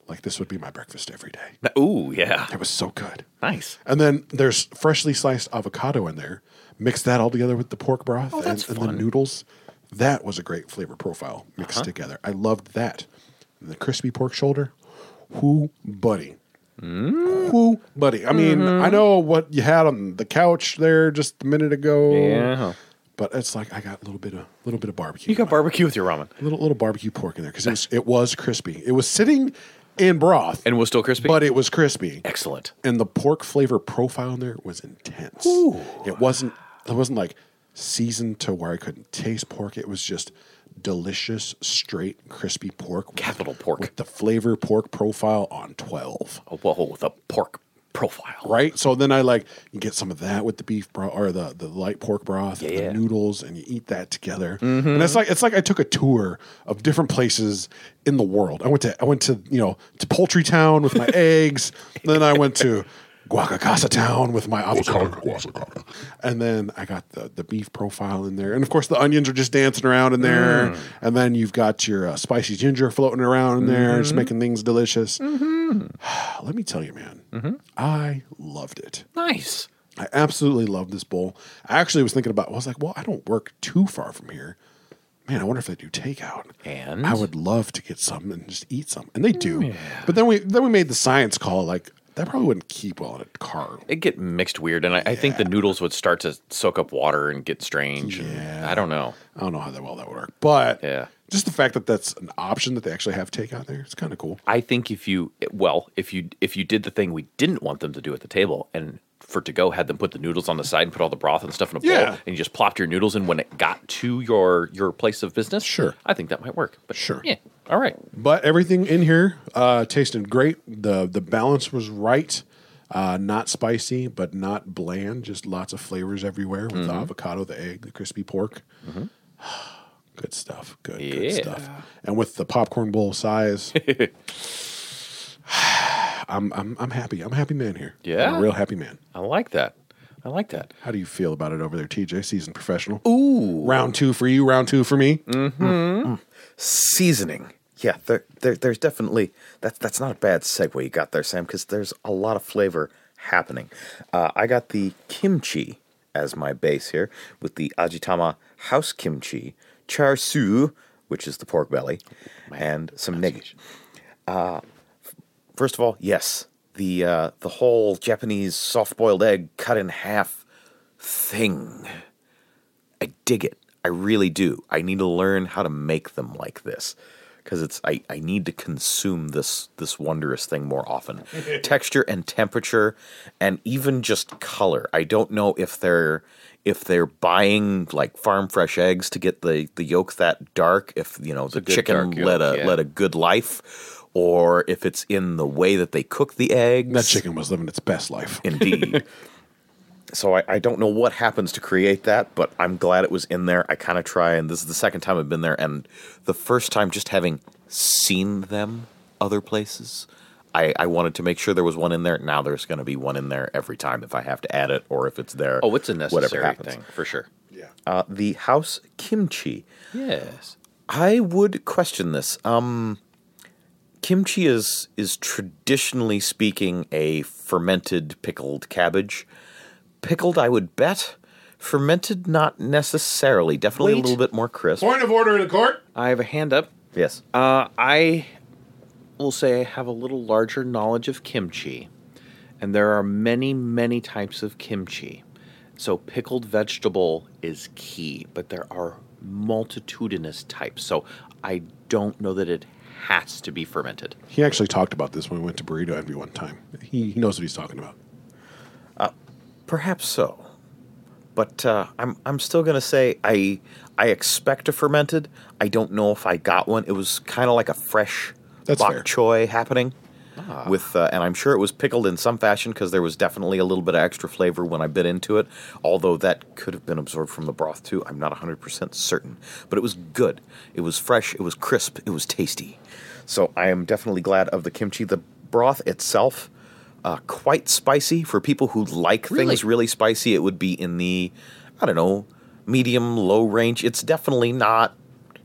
like this would be my breakfast every day.
Ooh, yeah,
It was so good.
nice.
And then there's freshly sliced avocado in there. Mix that all together with the pork broth
Oh,
and,
that's
and the
fun. Uh-huh.
noodles. That was a great flavor profile mixed together. I loved that. And the crispy pork shoulder. Who buddy?
Mm.
Who buddy? I mean,
Mm-hmm.
I know what you had on the couch there just a minute ago.
Yeah.
But it's like I got a little bit of little bit of barbecue.
You got barbecue with your ramen,
little little barbecue pork in there because it was it was crispy. It was sitting in broth,
and it was still crispy.
but it was crispy
excellent.
and the pork flavor profile in there was intense. It wasn't it wasn't like seasoned to where I couldn't taste pork. It was just delicious, straight, crispy pork. with-
Capital pork.
With the flavor pork profile on 12.
Oh, whoa, the pork profile.
Right? So then I like you get some of that with the beef broth or the, the light pork broth, and
Yeah.
the noodles, and you eat that together. And it's like it's like I took a tour of different places in the world. I went to I went to, you know, to Poultry Town with my eggs. Then I went to Guacacasa Town with my avocado. And then I got the, the beef profile in there. And of course, the onions are just dancing around in there. And then you've got your uh, spicy ginger floating around in there, just making things delicious. Let me tell you, man, I loved it.
Nice.
I absolutely loved this bowl. I actually was thinking about, I was like, well, I don't work too far from here. Man, I wonder if they do takeout.
And? Mm,
I would love to get some and just eat some. And they do. But then we then we made the science call, like, that probably wouldn't keep well in a car.
It get mixed weird, and I, I think the noodles would start to soak up water and get strange. and
Yeah.
I don't know.
I don't know how that well that would work. But
Yeah.
just the fact that that's an option that they actually have takeout there, it's kind of cool.
I think if you well, if you if you did the thing we didn't want them to do at the table, and for to go had them put the noodles on the side and put all the broth and stuff in a bowl,
Yeah.
and you just plopped your noodles in when it got to your your place of business.
Sure.
I think that might work. But
Sure.
yeah, all right.
But everything in here uh, tasted great. the The balance was right. Uh, not spicy, but not bland. Just lots of flavors everywhere with
Mm-hmm.
the avocado, the egg, the crispy pork. good stuff. Good, good
Yeah.
stuff. And with the popcorn bowl size, I'm, I'm I'm happy. I'm a happy man here.
Yeah?
I'm a real happy man.
I like that. I like that.
How do you feel about it over there, TJ? Seasoned professional. Ooh, round two for you. Round two for me.
seasoning. Yeah, there, there, there's definitely that's that's not a bad segue you got there, Sam, because there's a lot of flavor happening. Uh, I got the kimchi as my base here with the Ajitama house kimchi, char siu, which is the pork belly, and some niggish first of all, yes, the uh, the whole Japanese soft boiled egg cut in half thing. I dig it. I really do. I need to learn how to make them like this because it's I, I need to consume this this wondrous thing more often. Texture and temperature, and even just color. I don't know if they're if they're buying like farm fresh eggs to get the the yolk that dark. If you know the
good
chicken
dark yolk,
led a
yeah.
led a good life, or if it's in the way that they cook the eggs.
Mm.
That chicken was living its best life.
Indeed. so I, I don't know what happens to create that, but I'm glad it was in there. I kind of try, and this is the second time I've been there, and the first time just having seen them other places. I, I wanted to make sure there was one in there. Now there's going to be one in there every time if I have to add it or if it's there.
Oh, it's a
whatever
necessary
happens.
thing for sure.
Yeah.
Uh, the house kimchi.
Yes.
I would question this. Um, kimchi is is traditionally speaking a fermented pickled cabbage. Pickled, I would bet. Fermented, not necessarily. Definitely a
Wait.
little bit more crisp.
Point of order in the court.
I have a hand up.
Yes.
Uh, I will say I have a little larger knowledge of kimchi, and there are many, many types of kimchi. So pickled vegetable is key, but there are multitudinous types. So I don't know that it has to be fermented.
He actually talked about this when we went to Burrito Envy one time. He, he knows what he's talking about.
Perhaps so. But uh, I'm I'm still gonna say I I expect a fermented. I don't know if I got one. It was kind of like a fresh
That's
bok
fair.
choy happening with, uh, and I'm sure it was pickled in some fashion because there was definitely a little bit of extra flavor when I bit into it. Although that could have been absorbed from the broth too. I'm not 100 percent certain, but it was good. It was fresh. It was crisp. It was tasty. So I am definitely glad of the kimchi. The broth itself. Uh, quite spicy for people who like things
Really?
really spicy, it would be in the, I don't know, medium low range. It's definitely not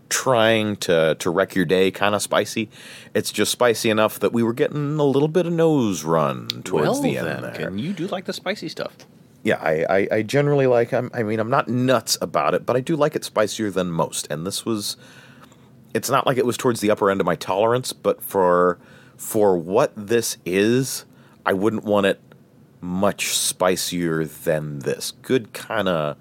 trying to to wreck your day kind of spicy. It's just spicy enough that we were getting a little bit of nose run towards the end there.
and you do like the spicy stuff.
yeah, I, I, I generally like. I'm, I mean, I'm not nuts about it, but I do like it spicier than most. And this was, it's not like it was towards the upper end of my tolerance, but for for what this is, I wouldn't want it much spicier than this. Good kind of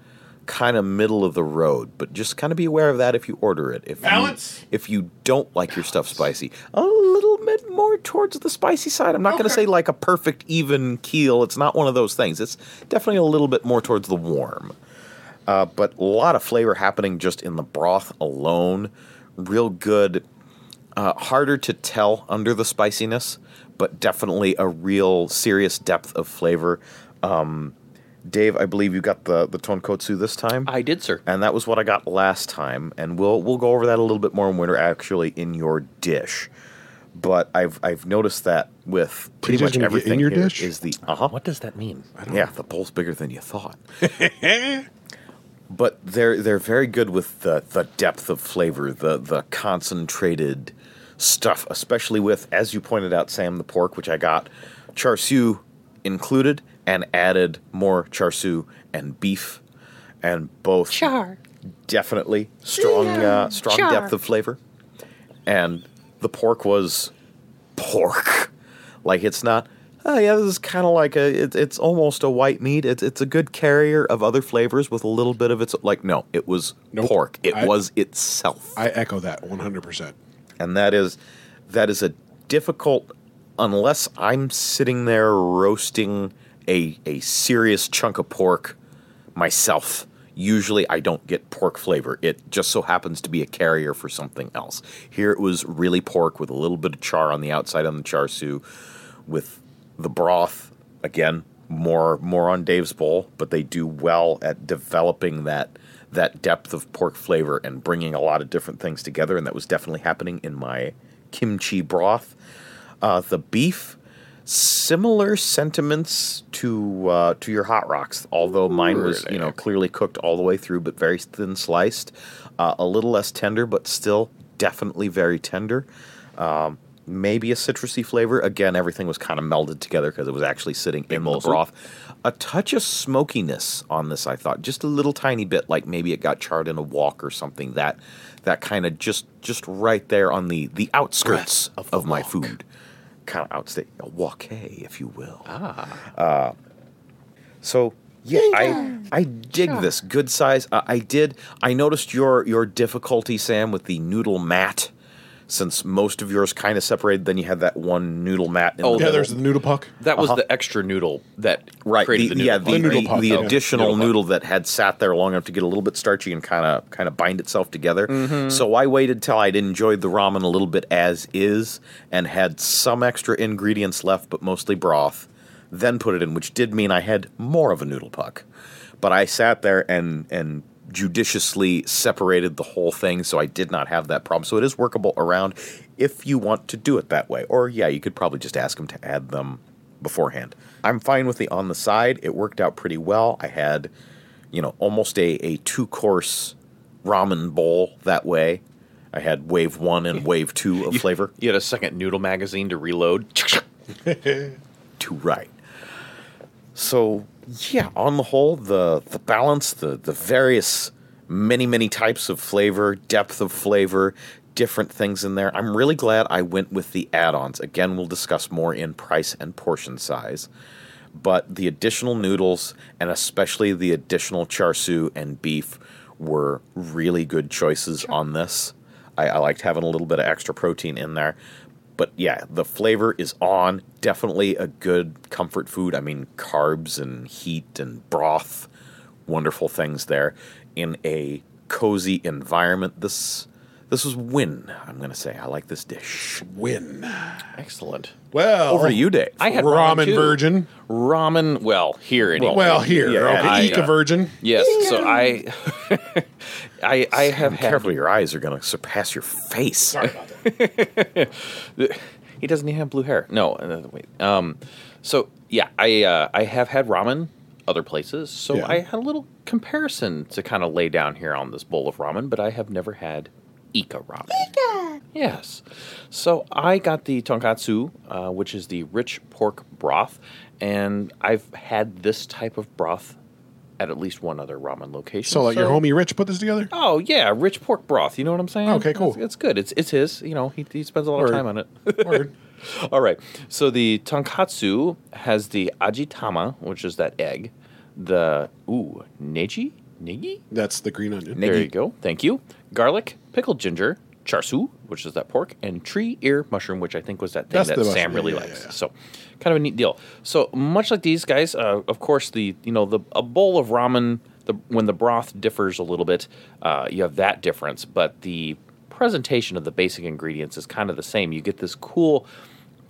kind of middle of the road, but just kind of be aware of that if you order it. If
Balance.
You, if you don't like your stuff spicy, a little bit more towards the spicy side. I'm not going to say like a perfect even keel. It's not one of those things. It's definitely a little bit more towards the warm. Uh, but a lot of flavor happening just in the broth alone. Real good. Uh, harder to tell under the spiciness, but definitely a real serious depth of flavor. Um, Dave, I believe you got the the tonkotsu this time
I did, sir.
and that was what I got last time. And we'll we'll go over that a little bit more when we're actually in your dish. But I've I've noticed that with pretty
TJ's
much
gonna get
everything
in your
here
dish?
is the uh huh.
What does that mean?
Yeah, the pole's bigger than you thought.
Eh?
but they're they're very good with the the depth of flavor, the the concentrated stuff, especially with as you pointed out, Sam, the pork, which I got char siu included and added more char siu and beef, and both
Char.
definitely strong uh, strong
Sure.
depth of flavor and the pork was pork like it's not oh yeah this is kind of like a it, it's almost a white meat it's, it's a good carrier of other flavors with a little bit of its like no it was
Nope.
pork it
I-
was itself
I echo that 100%.
and that is that is a difficult unless I'm sitting there roasting a a serious chunk of pork myself. Usually I don't get pork flavor. It just so happens to be a carrier for something else. Here it was really pork with a little bit of char on the outside on the char siu with the broth again more more on Dave's bowl, but they do well at developing that that depth of pork flavor and bringing a lot of different things together, and that was definitely happening in my kimchi broth. Uh, the beef, similar sentiments to uh, to your hot rocks, although mine was you know clearly cooked all the way through, but very thin sliced, uh, a little less tender, but still definitely very tender. Um, maybe a citrusy flavor. Again, everything was kind of melded together because it was actually sitting in the broth. A touch of smokiness on this, I thought, just a little tiny bit, like maybe it got charred in a walk or something. That that kind of just just right there on the the outskirts of, my food, kind of outstay a walk, if you will. Uh, So yeah, I I dig this. Good size. Uh, I did. I noticed your your difficulty, Sam, with the noodle mat. since most of yours kind of separated, then you had that one noodle mat. In
Oh,
the
Yeah,
middle.
there's the noodle puck.
That was the extra noodle that
right. The,
created the,
yeah,
noodle.
the,
The noodle
the-
pop,
the
yeah.
additional
Noodle
noodle,
pop.
that had sat there long enough to get a little bit starchy and kind of kind of bind itself together.
Mm-hmm.
So I waited till I'd enjoyed the ramen a little bit as is and had some extra ingredients left, but mostly broth. Then put it in, which did mean I had more of a noodle puck. But I sat there and and judiciously separated the whole thing, so I did not have that problem. So it is workable around if you want to do it that way. Or yeah, you could probably just ask them to add them beforehand. I'm fine with the on the side. It worked out pretty well. I had, you know, almost a, a two course ramen bowl that way. I had wave one and wave two of flavor.
You had a second noodle magazine to reload.
To right. So yeah, on the whole, the the balance, the the various many many types of flavor, depth of flavor, different things in there. I'm really glad I went with the add-ons. Again, we'll discuss more in price and portion size. but the additional noodles and especially the additional char siu and beef were really good choices on this. I, I liked having a little bit of extra protein in there. But yeah, the flavor is on. Definitely a good comfort food. I mean, carbs and heat and broth, wonderful things there in a cozy environment. This this was win. I'm gonna say I like this dish.
Win.
Excellent.
Well,
Over to you, Dave.
I had ramen,
ramen
too.
virgin.
Ramen, well, here anyway.
Well, here,
Yeah,
okay,
I,
Eka
uh,
virgin.
yes. So I, I, I have had.
Careful, your eyes are gonna surpass your face.
He doesn't even have blue hair. No, uh, wait. Um, so yeah, I uh, I have had ramen other places, so
Yeah.
I had a little comparison to kind of lay down here on this bowl of ramen, but I have never had Ika ramen. Ika. Yes. So I got the tonkatsu, uh, which is the rich pork broth, and I've had this type of broth at at least one other ramen location.
So, like your homie Rich put this together.
Oh yeah, rich pork broth. You know what I'm saying?
Okay, cool.
It's, it's good. It's it's his. You know, he, he spends a lot
Word.
of time on it.
Word.
All right. So the tonkatsu has the ajitama, which is that egg. The ooh neji negi.
That's the green onion.
There you go. Thank you. Garlic, pickled ginger, char siu, which is that pork, and tree ear mushroom, which I think was that thing
That's the
that Sam
mushroom.
really
Yeah, yeah,
likes.
yeah.
So, kind of a neat deal. So much like these guys, uh, of course, the you know the a bowl of ramen, the when the broth differs a little bit, uh, you have that difference, but the presentation of the basic ingredients is kind of the same. You get this cool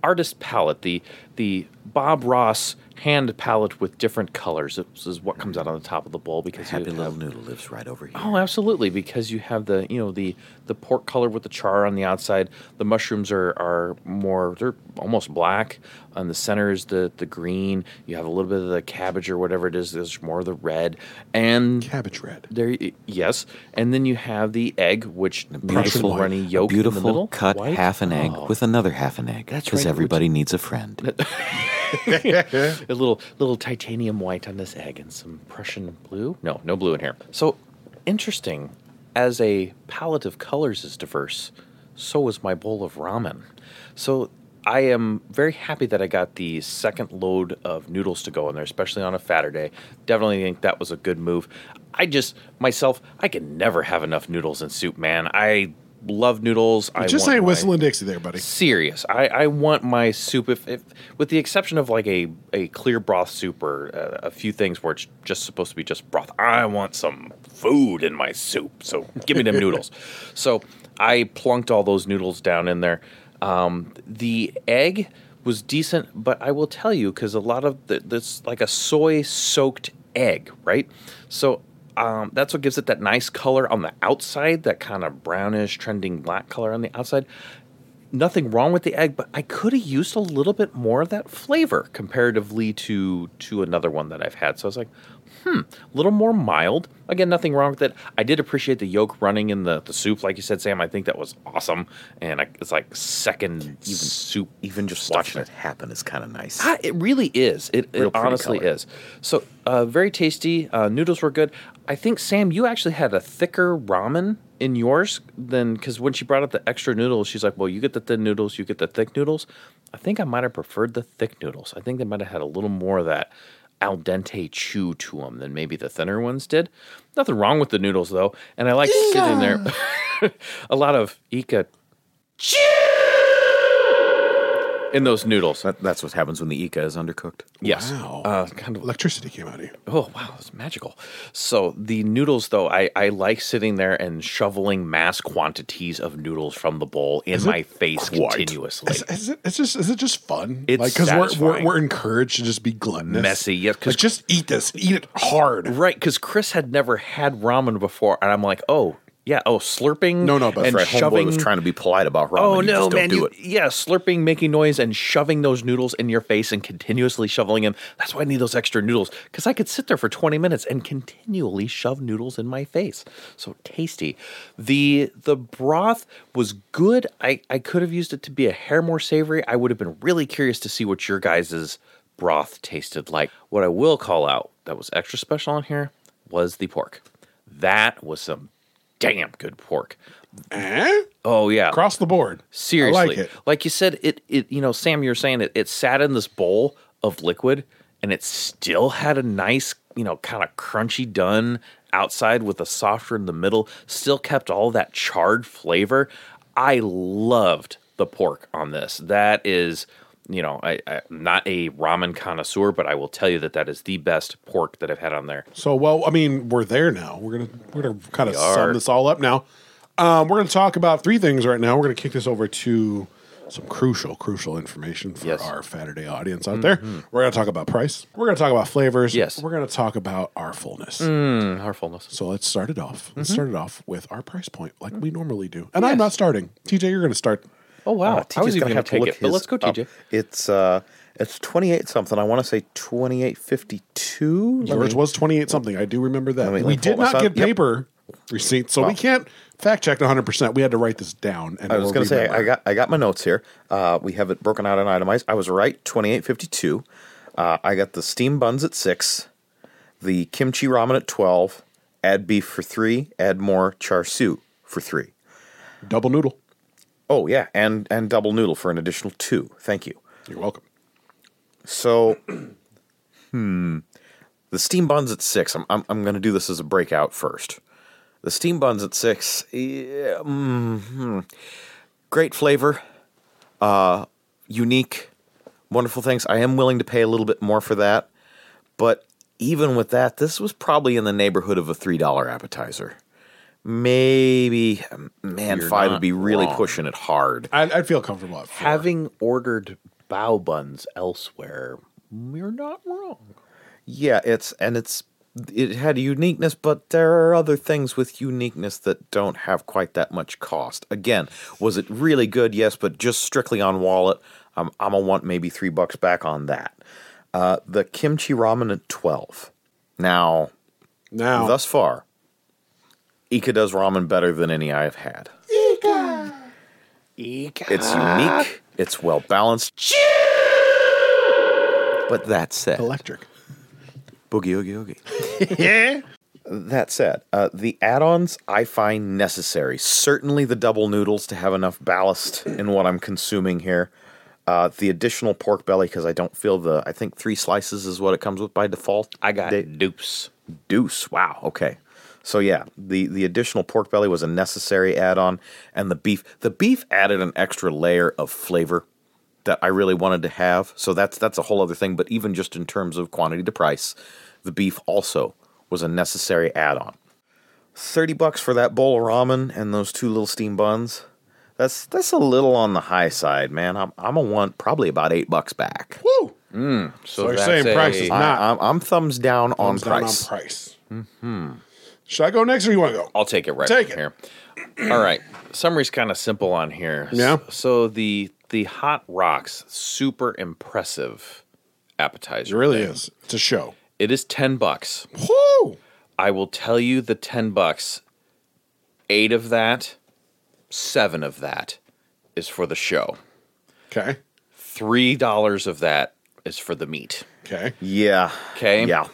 artist palette, the the Bob Ross hand palette with different colors. This is what comes out on the top of the bowl because you
Happy
have-
Little Noodle lives right over here.
Oh, absolutely, because you have the you know the the pork color with the char on the outside. The mushrooms are are more they're almost black. On the center is the the green. You have a little bit of the cabbage or whatever it is. There's more of the red and
Cabbage red.
there yes, and then you have the egg, which beautiful
white.
runny
A
yolk, in the
Beautiful
middle,
cut
white.
half an egg
Oh.
with another half an egg.
That's
Because
right,
everybody needs a friend.
a little little titanium white on this egg and some Prussian blue. No, no blue in here. So interesting. As a palette of colors is diverse, so is my bowl of ramen. So I am very happy that I got the second load of noodles to go in there, especially on a fatter day. Definitely think that was a good move. I just myself, I can never have enough noodles and soup, man. I love noodles. I
Just
want
say
my-
Whistling Dixie there, buddy.
serious. I, I want my soup, if, if with the exception of like a, a clear broth soup or uh, a, a few things where it's just supposed to be just broth. I want some food in my soup, so give me them noodles. So I plunked all those noodles down in there. Um, the egg was decent, but I will tell you because a lot of the, this like a soy soaked egg, right? So um, that's what gives it that nice color on the outside, that kind of brownish, trending black color on the outside nothing wrong with the egg, but I could have used a little bit more of that flavor comparatively to to another one that I've had. So I was like, hmm, a little more mild. Again, nothing wrong with it. I did appreciate the yolk running in the, the soup, like you said, Sam. I think that was awesome, and I, it's like second even soup.
even just
watching
watching it happen is kind of nice.
Ah, it really is. It, it
Real pretty
honestly
color.
is. So uh, very tasty. Uh, noodles were good. I think Sam, you actually had a thicker ramen in yours than because when she brought up the extra noodles, she's like, "Well, you get the thin noodles, you get the thick noodles." I think I might have preferred the thick noodles. I think they might have had a little more of that al dente chew to them than maybe the thinner ones did. Nothing wrong with the noodles though, and I like sitting there. a lot of Ika in those noodles.
That, that's what happens when the Ika is undercooked.
Yes.
Wow.
Uh, kind of
Electricity came out of you.
Oh wow, it's magical. So the noodles, though, I, I like sitting there and shoveling mass quantities of noodles from the bowl in my face continuously.
Is, is it, it's just, is it just fun?
It's
because we're, we're,
satisfying.
we're encouraged to just be gluttonous.
Messy, yeah, 'cause-
Like, just eat this. Eat it hard.
Right, because Chris had never had ramen before, and I'm like, oh yeah, oh slurping,
No, no, but
and
Fred
Homeboy
shoving.
was trying to be polite about ramen.
oh
you
no,
just don't
man,
do
you-
it.
yeah, slurping, making noise, and shoving those noodles in your face and continuously shoveling them. That's why I need those extra noodles because I could sit there for 20 minutes and continually shove noodles in my face. So tasty. the The broth was good. I I could have used it to be a hair more savory. I would have been really curious to see what your guys's broth tasted like. What I will call out that was extra special on here was the pork. That was some damn good pork.
Eh?
Oh yeah.
Across the board.
Seriously,
I
like,
like it.
you said, it it you know, Sam, you're saying it. It sat in this bowl of liquid, and it still had a nice, you know, kind of crunchy done outside with a softer in the middle. Still kept all that charred flavor. I loved the pork on this. That is, you know, I, I'm not a ramen connoisseur, but I will tell you that that is the best pork that I've had on there.
So well, I mean, we're there now. We're gonna we're gonna kind of
are.
sum this all up now. Um, we're gonna talk about three things right now. We're gonna kick this over to some crucial, crucial information for
Yes.
our Saturday audience
Mm-hmm.
out there. We're gonna talk about price. We're gonna talk about flavors.
Yes.
We're gonna talk about our fullness.
Mm, our fullness.
So let's start it off. Let's
Mm-hmm.
start it off with our price point, like we normally do. And I'm not starting. TJ, you're gonna start.
Oh wow,
Uh,
I was
TJ's
even
gonna
going to
have to
take
look
it, but
his
let's go,
up.
TJ.
It's uh, it's twenty eight something. I want to say twenty eight fifty two.
Yours was 28 something. I do remember that.
Let
we
me- let me
did
pull this
not
up.
get
Yep.
paper receipts, so we can't fact check 100%. We had to write this down. And
I was
we'll
going to say
remember.
I got I got my notes here. Uh, we have it broken out and itemized. I was right. Twenty eight fifty two. Uh, I got the steam buns at six, the kimchi ramen at twelve. Add beef for three. Add more char siu for three.
double noodle.
Oh yeah, and and double noodle for an additional two. Thank you.
You're welcome.
So, hmm, the steam buns at six. I'm I'm, I'm going to do this as a breakout first. The steam buns at six. Yeah, mhm. Great flavor, uh, unique, wonderful things. I am willing to pay a little bit more for that, but even with that, this was probably in the neighborhood of a three dollar appetizer. Maybe, um, man,
You're
five
not
would be really
wrong.
pushing it hard.
I, I'd feel comfortable at four.
having ordered bao buns elsewhere, you're not wrong.
Yeah, it's and it's it had uniqueness, but there are other things with uniqueness that don't have quite that much cost. Again, was it really good? Yes, but just strictly on wallet, um, I'm gonna want maybe three bucks back on that. Uh, the kimchi ramen at twelve. Now,
Oh.
now,
thus far, Ika does ramen better than any I have had. Ika, Ika. It's unique. It's well balanced. But that said,
electric.
Boogie Oogie Oogie. that said, uh, the add ons I find necessary. Certainly the double noodles to have enough ballast in what I'm consuming here. Uh, the additional pork belly because I don't feel the. I think three slices is what it comes with by default.
I got
They-
dupes.
Deuce. Wow. Okay. So yeah, the the additional pork belly was a necessary add-on, and the beef the beef added an extra layer of flavor that I really wanted to have. So that's that's a whole other thing. But even just in terms of quantity to price, the beef also was a necessary add-on. Thirty bucks for that bowl of ramen and those two little steam buns. That's that's a little on the high side, man. I'm I'm a want probably about eight bucks back.
Woo!
So,
you're
that's
saying
a-
prices-
I,
Not-
I'm, I'm thumbs down on
Thumbs down
price.
on price. Mm-hmm. Should I go next or you want to go?
I'll take it right
Take
from here. All right. Summary's kind of simple on here.
Yeah.
So, so the the hot rocks super impressive
it
appetizer.
really
thing.
is. It's a show.
It is 10 bucks.
Woo!
I will tell you the 10 bucks. 8 of that, 7 of that is for the show.
Okay.
$3 of that is for the meat.
Okay.
Yeah.
Okay.
Yeah.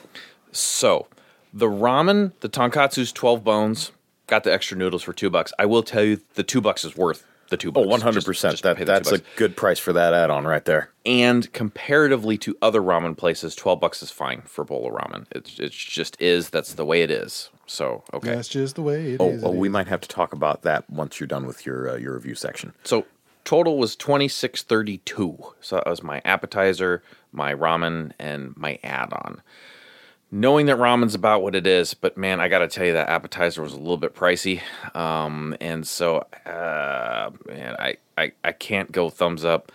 So, the ramen, the tonkatsu's 12 bones, got the extra noodles for 2 bucks. I will tell you the 2 bucks is worth the 2 bucks.
Oh, 100%.
Just- just
that,
pay the
that's
$2.
a good price for that add on right there.
and comparatively to other ramen places, 12 bucks is fine for a bowl of ramen. It's it just is that's the way it is. So, okay.
That's just the way it is.
Oh, oh we might have to talk about that once you're done with your uh, your review section.
So, Total was twenty six thirty two. So that was my appetizer, my ramen, and my add on. Knowing that ramen's about what it is, but man, I got to tell you that appetizer was a little bit pricey, um, and so uh, man, I, I I can't go thumbs up.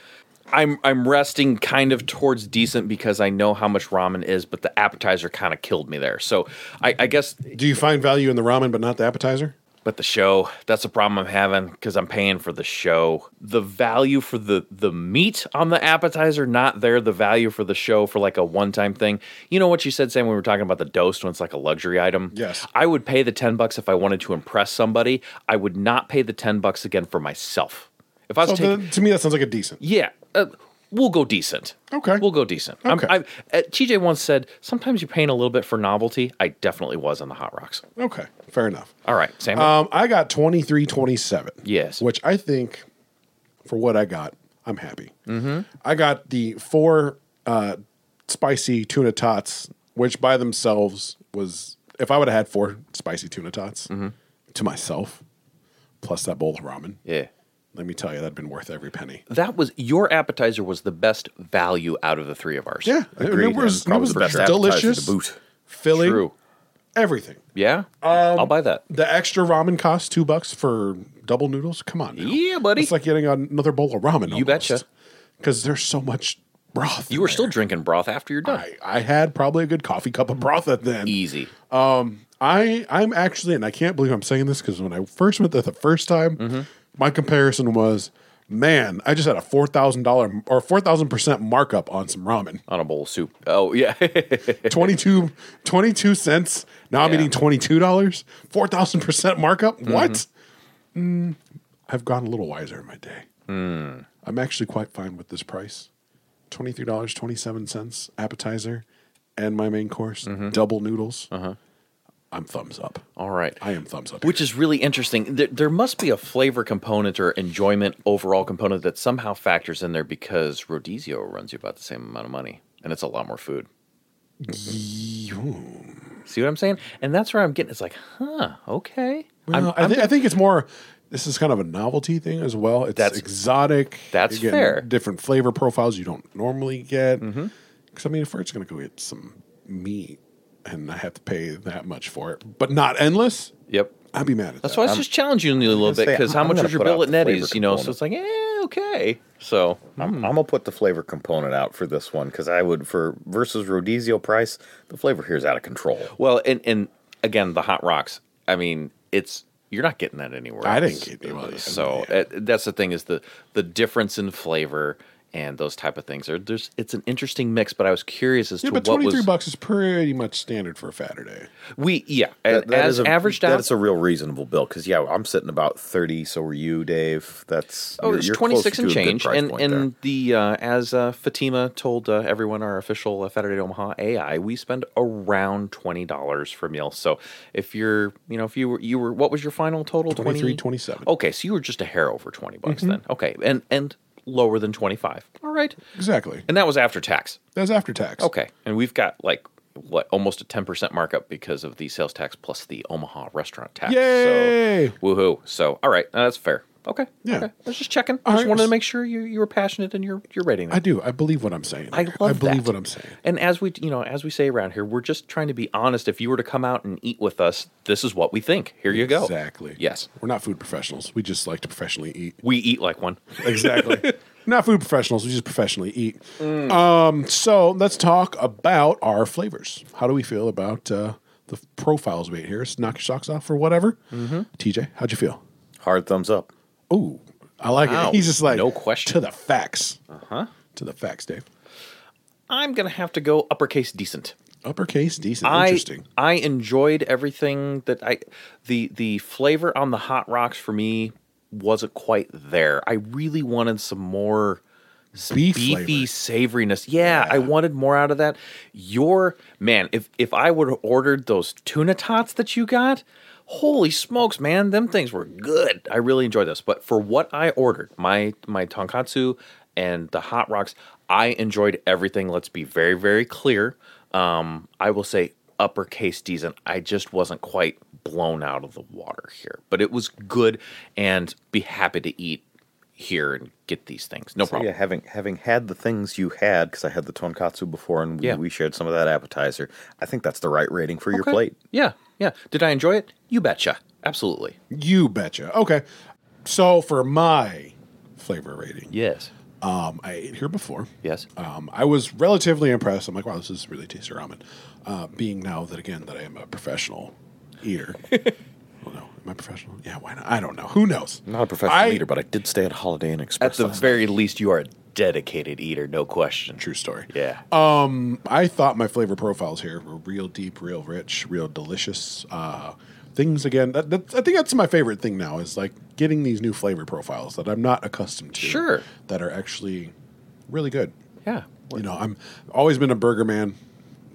I'm I'm resting kind of towards decent because I know how much ramen is, but the appetizer kind of killed me there. So I, I guess
Do you find value in the ramen but not the appetizer?
but the show that's a problem i'm having because i'm paying for the show the value for the the meat on the appetizer not there the value for the show for like a one-time thing you know what you said sam when we were talking about the dose when it's like a luxury item
Yes.
i would pay the 10 bucks if i wanted to impress somebody i would not pay the 10 bucks again for myself if i was
So
taking
Oh, then, to me, that sounds like a decent.
yeah, uh, we'll go decent.
Okay.
we'll go decent.
Okay.
I'm, I, uh, TJ once said, "Sometimes you're paying a little bit for novelty." I definitely was on the hot rocks.
Okay, fair enough.
All right, Sam.
Um, I got twenty three twenty seven.
Yes.
which I think for what I got, I'm happy. Mm-hmm. I got the four uh, spicy tuna tots, which by themselves was if I would have had four spicy tuna tots
Mm-hmm.
to myself, plus that bowl of ramen.
yeah.
Let me tell you, that'd been worth every penny.
That was your appetizer was the best value out of the three of ours.
Yeah, and
Agreed,
it was,
and
it was
probably the best
delicious,
appetizer to boot.
filling,
true.
everything.
Yeah,
Um,
I'll buy that.
The extra ramen costs two bucks for double noodles. Come on, now.
Yeah, buddy.
It's like getting another bowl of ramen.
You betcha.
Because there's so much broth.
You
in
were
there.
still drinking broth after you're done.
I, I had probably a good coffee cup of broth at then.
Easy.
I I'm actually, and I can't believe I'm saying this because when I first went there the first time,
Mm-hmm.
my comparison was, man, I just had a four thousand dollar or four thousand percent markup on some ramen.
On a bowl of soup. Oh yeah,
22, 22 cents. Now I'm
Yeah. Mm-hmm.
eating twenty two dollars. Four thousand percent markup. What? Mm, I've gotten a little wiser in my day.
Hmm.
I'm actually quite fine with this price. Twenty three dollars twenty seven cents appetizer, and my main course
Mm-hmm.
double noodles. I'm thumbs up.
all right.
I am thumbs up.
Uh-huh. Oh. Which is really interesting. There, there must be a flavor component or enjoyment overall component that somehow factors in there because Rodizio runs you about the same amount of money and it's a lot more food. See what I'm saying? And that's where I'm getting. It's like, huh, okay. I'm-
Well, i thi- I think it's more. This is kind of a novelty thing as well. It's
That's-
exotic.
that's
You're getting
fair. Mm-hmm.
Different flavor profiles you don't normally get. Because I mean, if we're just going to go get some meat and I have to pay that much for it, but not endless,
yep.
I'd be mad at
That's
that.
why I was just challenging you a little bit
say,
because how
I'm
much
gonna
was your
put out
bill at
the flavor
Nettie's? You know, so
component.
it's like, eh, okay. So
I'm, I'm gonna put the flavor component out for this one because I would for versus Rodizio price, the flavor here is out of control.
Well, and and again, the hot rocks. I mean, it's you're not getting that anywhere.
I didn't
else.
get anywhere else.
So uh, that's the thing is the the difference in flavor and those type of things. Are there's it's an interesting mix, but I was curious as
Yeah,
to
but
what
twenty three
was
bucks is pretty much standard for a Saturday.
we yeah
That- that
as
is a-
averaged out.
That's a real reasonable bill because yeah, I'm sitting about thirty. So are you, Dave? That's
Oh,
you're-
it's
you're
twenty six
close
and
to a good
change,
price
and
point there.
and the uh, as uh, Fatima told uh, everyone, our official uh, Saturday Omaha AI, we spend around twenty dollars for meals. So if you're, you know, if you were, you were, what was your final total? 20?
23, 27.
Okay, so you were just a hair over twenty bucks
Mm-hmm.
then. Okay, and and lower than twenty five. All right,
Exactly.
and that was after tax.
That's after tax.
Okay, and we've got like what almost a ten percent markup because of the sales tax plus the Omaha restaurant tax.
Yay!
So, woohoo! So all right, uh, that's fair. Okay.
Yeah.
Okay. I was just checking.
All
I just
right,
wanted to
s-
make sure you, you were passionate in your your rating.
I do. I believe what I'm saying.
I
there.
love.
I believe
that.
what I'm saying.
And as we you know as we say around here, we're just trying to be honest. If you were to come out and eat with us, this is what we think. Here you go.
Exactly.
Yes.
We're not food professionals. We just like to professionally eat.
We eat like one.
Exactly. Not food professionals. We just professionally eat. Um, so let's talk about our flavors. How do we feel about uh, the profiles we ate here? It's knock your socks off or whatever.
Mm-hmm.
TJ, how'd you feel?
hard thumbs up.
Ooh, I like
Wow.
it. He's just like
No question. Uh-huh.
to the facts. Uh huh. To the facts, Dave.
I'm gonna have to go uppercase decent.
Uppercase, decent,
I,
interesting.
I enjoyed everything that I the the flavor on the hot rocks for me wasn't quite there. I really wanted some more
Beef
beefy
flavor.
savoriness. Yeah, I wanted more out of that. Your man, if if I would have ordered those tuna tots that you got, holy smokes, man, them things were good. I really enjoyed this. But for what I ordered, my my tonkatsu and the hot rocks, I enjoyed everything. Let's be very very clear. Um, I will say uppercase decent. I just wasn't quite blown out of the water here, but it was good and be happy to eat here and get these things. No
So,
problem.
yeah, having having had the things you had, because I had the tonkatsu before, and we,
Yeah.
we shared some of that appetizer. I think that's the right rating for your
Okay.
plate.
Yeah, yeah. Did I enjoy it? You betcha. Absolutely.
You betcha. Okay. So for my flavor rating,
Yes.
um, I ate here before.
Yes.
Um, I was relatively impressed. I'm like, wow, this is really tasty ramen. Uh, being now that again that I am a professional eater. I don't know. Am I professional? Yeah, why not? I don't know. Who knows?
I'm not a professional
I-
eater, but I did stay at Holiday Inn Express.
At the
last
very least, you are a dedicated eater, no question.
True story.
Yeah.
I thought my flavor profiles here were real deep, real rich, real delicious. Uh, things again. That, that, I think that's my favorite thing now is like getting these new flavor profiles that I'm not accustomed to.
Sure.
That are actually really good.
yeah.
You know, I'm always been a burger man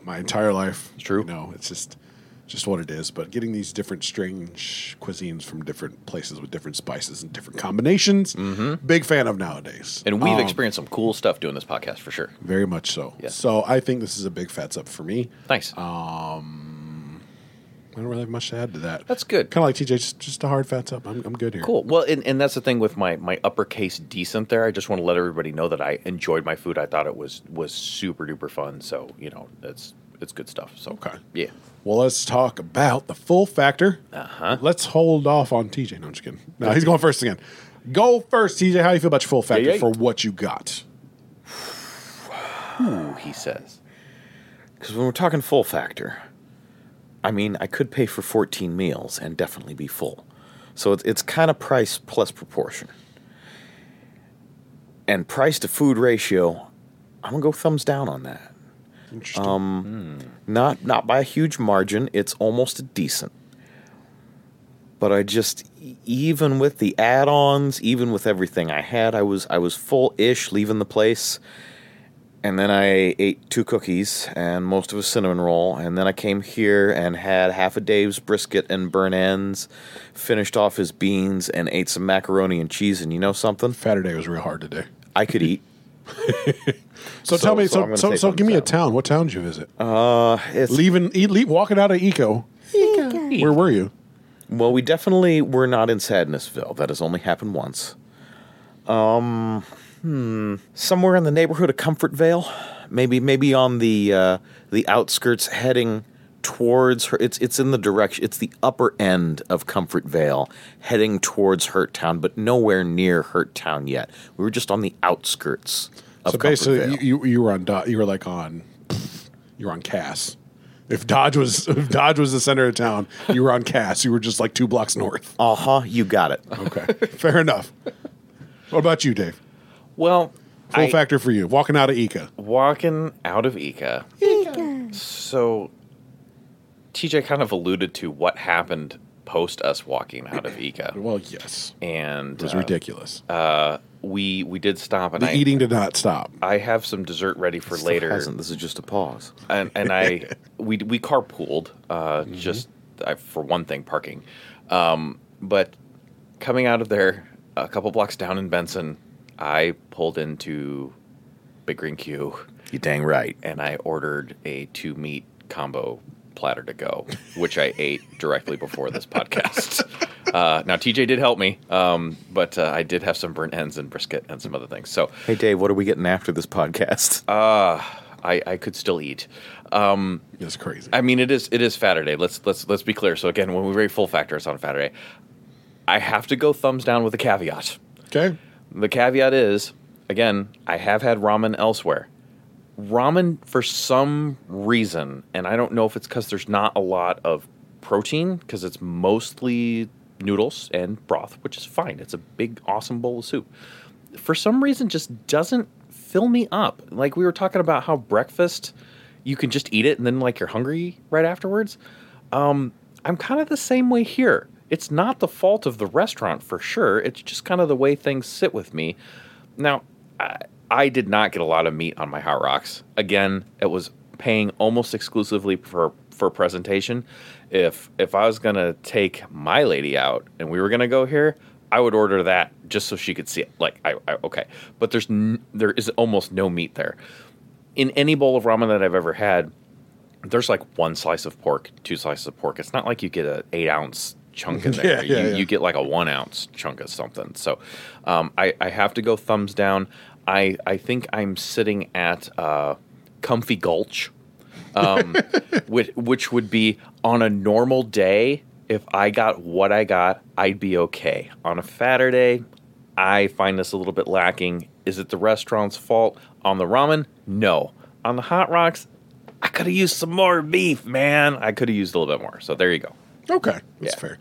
my entire life.
True.
You know, it's just just what it is. But getting these different strange cuisines from different places with different spices and different combinations, big fan of nowadays.
Mm-hmm. And we've
Um,
experienced some cool stuff doing this podcast for sure.
very much so.
Yeah.
So I think this is a big fats up for me.
Nice.
um, I don't really have much to add to that.
That's good.
Kind of like TJ, just, just a hard fats up. I'm, I'm good here.
Cool. Well, and, and that's the thing with my my uppercase decent there. I just want to let everybody know that I enjoyed my food. I thought it was was super duper fun. So you know, that's it's good stuff. So
Okay.
yeah.
Well, let's talk about the full factor. Uh-huh. Let's hold off on TJ. No, I'm just kidding. No, he's going first again. Go first, TJ. How do you feel about your full factor
Yeah, yeah.
for what you got?
Ooh, he says.
Because when we're talking full factor, I mean, I could pay for 14 meals and definitely be full. So it's, it's kind of price plus proportion. And price to food ratio, I'm going to go thumbs down on that. Um,
Interesting.
Hmm.
Not, not by a huge margin, it's almost a decent. But I just, e- even with the add ons, even with everything I had, I was, I was full ish leaving the place. And then I ate two cookies and most of a cinnamon roll. And then I came here and had half a Dave's brisket and burn ends, finished off his beans, and ate some macaroni and cheese. And you know something?
Saturday was real hard today.
I could eat.
So,
So-
tell me,
so
so
I'm gonna
so,
say
so give me a
thumbs
town. What town did you visit?
It's-
Leaving, e- le- walking out of Eco. Where were you?
well, we definitely were not in Sadnessville. That has only happened once. Um, hmm, somewhere in the neighborhood of Comfortvale, maybe maybe on the uh, the outskirts, heading towards her. It's it's in the direction. It's the upper end of Comfortvale, heading towards Hurt Town, but nowhere near Hurt Town yet. We were just on the outskirts of
So basically,
Comfortvale.
you, you, you were on. Do- You were like on. You were on Cass. If Dodge was if Dodge was the center of town, you were on Cass. You were just like two blocks north.
Uh huh. You got it.
Okay, fair enough. What about you, Dave?
Well,
Full
I-
factor for you. Walking out of Ica.
walking out of Ika. So TJ kind of alluded to what happened post us walking out of Ika.
Well, yes,
And
it was
uh,
ridiculous.
we we did stop and
the
I
eating did not stop.
I have some dessert ready for
Still
later.
hasn't. This is just a pause.
and and I we we carpooled uh,
Mm-hmm.
just I, for one thing parking, um, but coming out of there a couple blocks down in Benson, I pulled into Big Green Q
You dang right.
and I ordered a two meat combo platter to go, which I ate directly before this podcast. Uh, now TJ did help me, um, but uh, I did have some burnt ends and brisket and some other things. So
Hey Dave, what are we getting after this podcast?
I, I could still eat. Um,
It's crazy.
I mean, it is it is Saturday. Let's let's let's be clear. So again, when we rate full factor, it's on Saturday. I have to go thumbs down with a caveat.
okay,
The caveat is, again, I have had ramen elsewhere. Ramen, for some reason, and I don't know if it's because there's not a lot of protein, because it's mostly noodles and broth, which is fine. It's a big, awesome bowl of soup. For some reason, just doesn't fill me up. Like we were talking about how breakfast, you can just eat it and then like you're hungry right afterwards. Um, I'm kind of the same way here. It's not the fault of the restaurant for sure. It's just kind of the way things sit with me. Now, I, I did not get a lot of meat on my hot rocks. Again, it was paying almost exclusively for for presentation. If if I was gonna take my lady out and we were gonna go here, I would order that just so she could see it. Like I, I okay, but there's n- there is almost no meat there. In any bowl of ramen that I've ever had, there's like one slice of pork, two slices of pork. It's not like you get an eight ounce chunk in there.
Yeah, yeah,
you,
yeah.
you get like a one ounce chunk of something. So um, I, I have to go thumbs down. I, I think I'm sitting at uh, Comfy Gulch, um, which, which would be on a normal day. If I got what I got, I'd be okay. On a Saturday, I find this a little bit lacking. Is it the restaurant's fault? On the ramen, no. On the hot rocks, I could have used some more beef, man. I could have used a little bit more. So there you go.
Okay, that's
Yeah.
fair.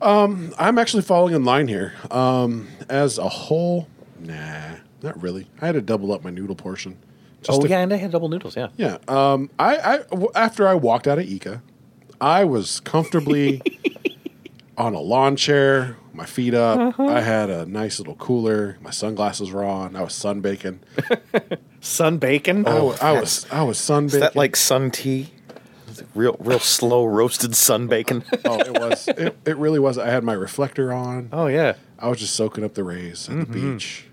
Um, I'm actually falling in line here. Um, as a whole, nah, not really. I had to double up my noodle portion. Just to-
Oh, and I had double noodles. Yeah.
yeah. Um, I, I w- after I walked out of Ika, I was comfortably on a lawn chair, my feet up.
Uh-huh.
I had a nice little cooler. My sunglasses were on. I was sunbaking.
Sun bacon.
I,
Oh,
wa- I was I was sunbaking.
Is that like sun tea? Is it Real, real slow roasted sun bacon.
oh, it was. It, it really was. I had my reflector on.
oh Mm-hmm. yeah.
I was just soaking up the rays on the beach.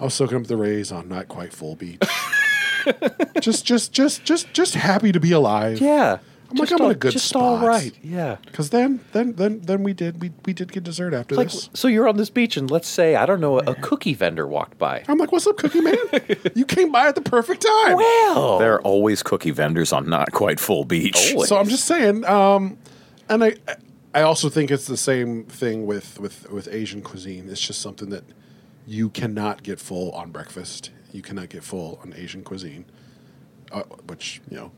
I was soaking up the rays on not quite full beach. just, just, just, just, just happy to be alive.
Yeah.
I'm like, I'm in a good
just
spot.
all right. Yeah.
Because then, then, then, then we did, we, we did get dessert after
Like,
this.
so you're on this beach, and let's say I don't know, a cookie vendor walked by.
I'm like, what's up, Cookie Man? you came by at the perfect time.
Well,
There are always cookie vendors on not quite full beach.
Oh,
So I'm just saying, um, and I, I also think it's the same thing with with with Asian cuisine. It's just something that you cannot get full on breakfast. You cannot get full on Asian cuisine, uh, which you know,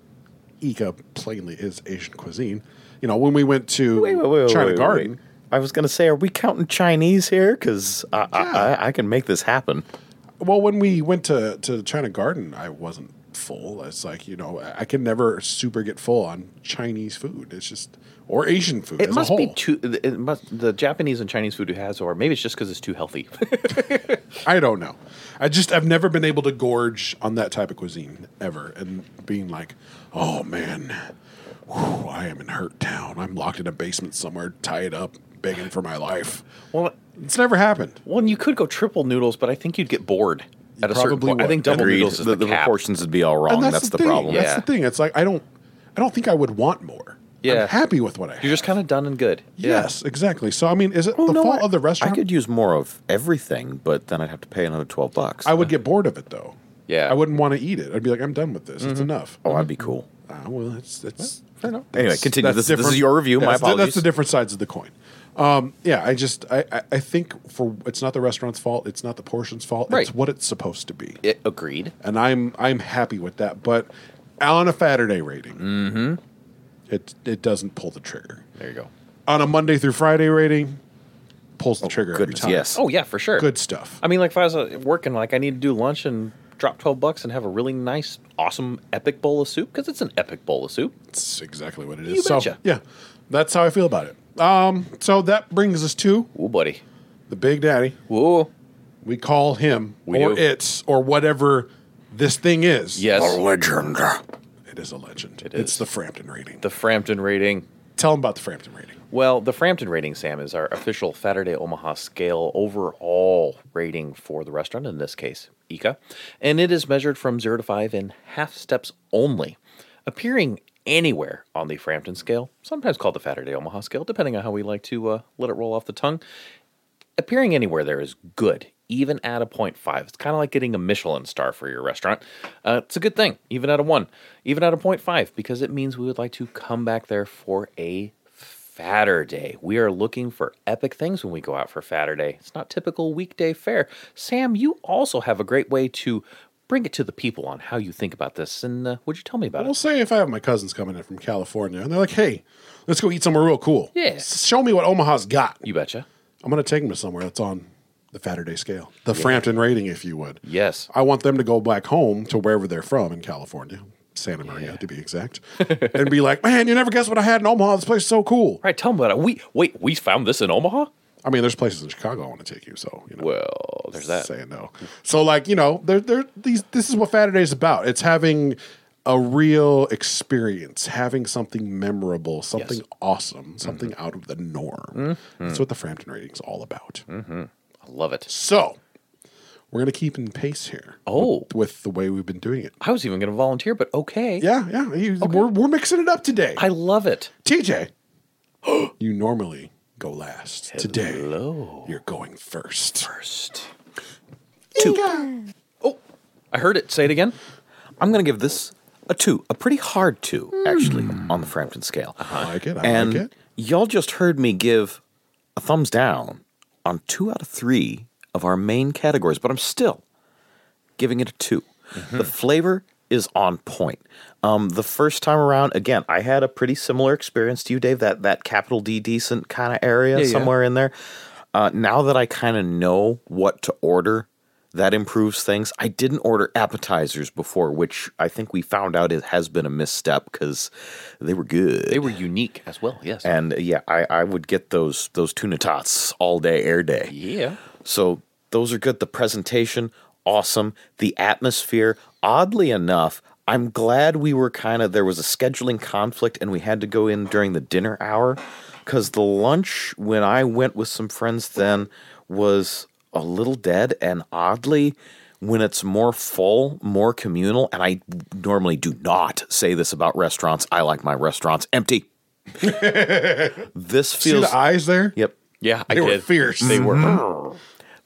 Ika plainly is Asian cuisine. You know, when we went to
Wait, wait, wait,
China
wait, wait,
Garden,
wait. I was gonna say, are we counting Chinese here? Because I, I, I, I can make this happen.
well, when we went to to China Garden, I wasn't full. It's like you know, I I can never super get full on Chinese food. It's just or Asian food.
it
as a
must
whole.
be too. It must the Japanese and Chinese food it has, or maybe it's just because it's too healthy.
I don't know. I just I've never been able to gorge on that type of cuisine ever, and being like, oh man, whew, I am in hurt town. I'm locked in a basement somewhere, tied up, begging for my life.
well,
It's never happened.
well, and you could go triple noodles, but I think you'd get bored at a certain
probably
point. I
would.
think double
Agreed.
noodles is the,
the, the
cap.
proportions would be all wrong.
And
That's, the,
thing.
problem.
That's
Yeah.
the thing. It's like I don't, I don't think I would want more.
Yeah.
I'm happy with what I.
You're just kind of done and good. Yeah. Oh,
Yes, exactly. So I mean, is it the
no,
fault
I-
of the restaurant?
I could use more of everything, but then I'd have to pay another twelve bucks.
I would get bored of it though.
Yeah. Mm-hmm.
I wouldn't want to eat it. I'd be like, I'm done with this. It's enough.
oh, I'd be cool.
Ah, well, it's it's
Fair enough. Anyway, continue. This, this is
different-
your review. My
that's the-
apologies.
that's the different sides of the coin. Um, yeah, I just I, I, I think for it's not the restaurant's fault. It's not the portion's fault.
Right.
It's what it's supposed to be,
It, agreed.
and I'm I'm happy with that. But on a Saturday rating,
Mm-hmm.
it it doesn't pull the trigger.
There you go.
On a Monday through Friday rating, pulls the trigger
Goodness,
every time.
yes.
Oh yeah, for sure.
good stuff.
I mean, like if I was uh, working, like I need to do lunch and drop twelve bucks and have a really nice, awesome, epic bowl of soup because it's an epic bowl of soup.
That's exactly what it is.
You
so
betcha.
yeah, that's how I feel about it. Um, so that brings us to
Ooh, buddy.
the Big Daddy.
Ooh.
We call him
We
or
do.
it's or whatever this thing is.
Yes.
legend.
It is a legend.
It
It's
is.
the Frampton rating.
The Frampton rating.
Tell them about the Frampton rating.
Well, the Frampton rating, Sam, is our official Saturday Omaha scale overall rating for the restaurant, in this case, Ika. And it is measured from zero to five in half steps only, appearing anywhere on the Frampton scale, sometimes called the Saturday Omaha scale, depending on how we like to uh, let it roll off the tongue. appearing anywhere there is good, even at a 0.5. It's kind of like getting a Michelin star for your restaurant. Uh, it's a good thing, even at a 1, even at a 0.5, because it means we would like to come back there for a fatter day. We are looking for epic things when we go out for fatter day. It's not typical weekday fare. Sam, you also have a great way to bring it to the people on how you think about this. And uh, would you tell me about
Well,
it?
say if I have my cousins coming in from California and they're like, hey, let's go eat somewhere real cool.
Yeah.
S- Show me what Omaha's got.
You betcha.
I'm going to take them to somewhere that's on the Saturday scale, the Frampton rating, if you would.
Yes.
I want them to go back home to wherever they're from in California, Santa Maria to be exact, and be like, man, you never guess what I had in Omaha. This place is so cool.
All right, tell me about it. We wait, we found this in Omaha?
I mean, there's places in Chicago I want to take you, so you know.
Well, there's that.
Say no. So like you know, they're, they're, these. This is what Saturday is about. It's having a real experience, having something memorable, something
Mm-hmm.
awesome, something out of the norm. That's what the Frampton rating's all about.
I love it.
So we're gonna keep in pace here.
Oh.
with, with the way we've been doing it.
I was even going to volunteer, but okay.
Yeah, yeah. you- We're we're mixing it up today.
I love it.
TJ, you normally go last. Today, you're going first.
I heard it. Say it again.
I'm going to give this a two, a pretty hard two, actually, on the Frampton scale.
I like it. I
and
like it.
y'all just heard me give a thumbs down on two out of three of our main categories, but I'm still giving it a 2
Mm-hmm.
The flavor is on point. Um, the first time around, again, I had a pretty similar experience to you, Dave. That that capital D decent kind of area
Yeah, yeah.
somewhere in there. Uh, now that I kind of know what to order, that improves things. I didn't order appetizers before, which I think we found out it has been a misstep because they were good.
They were unique as well. Yes.
And uh, yeah, I, I would get those those tuna tots all day, air day.
yeah.
So those are good. The presentation, awesome. The atmosphere, oddly enough, I'm glad we were kind of there was a scheduling conflict and we had to go in during the dinner hour because the lunch when I went with some friends then was a little dead and oddly when it's more full, more communal, and I normally do not say this about restaurants. I like my restaurants empty. this
See
feels
the eyes there?
Yep.
Yeah. I
They were
did.
fierce. Mm-hmm. They were.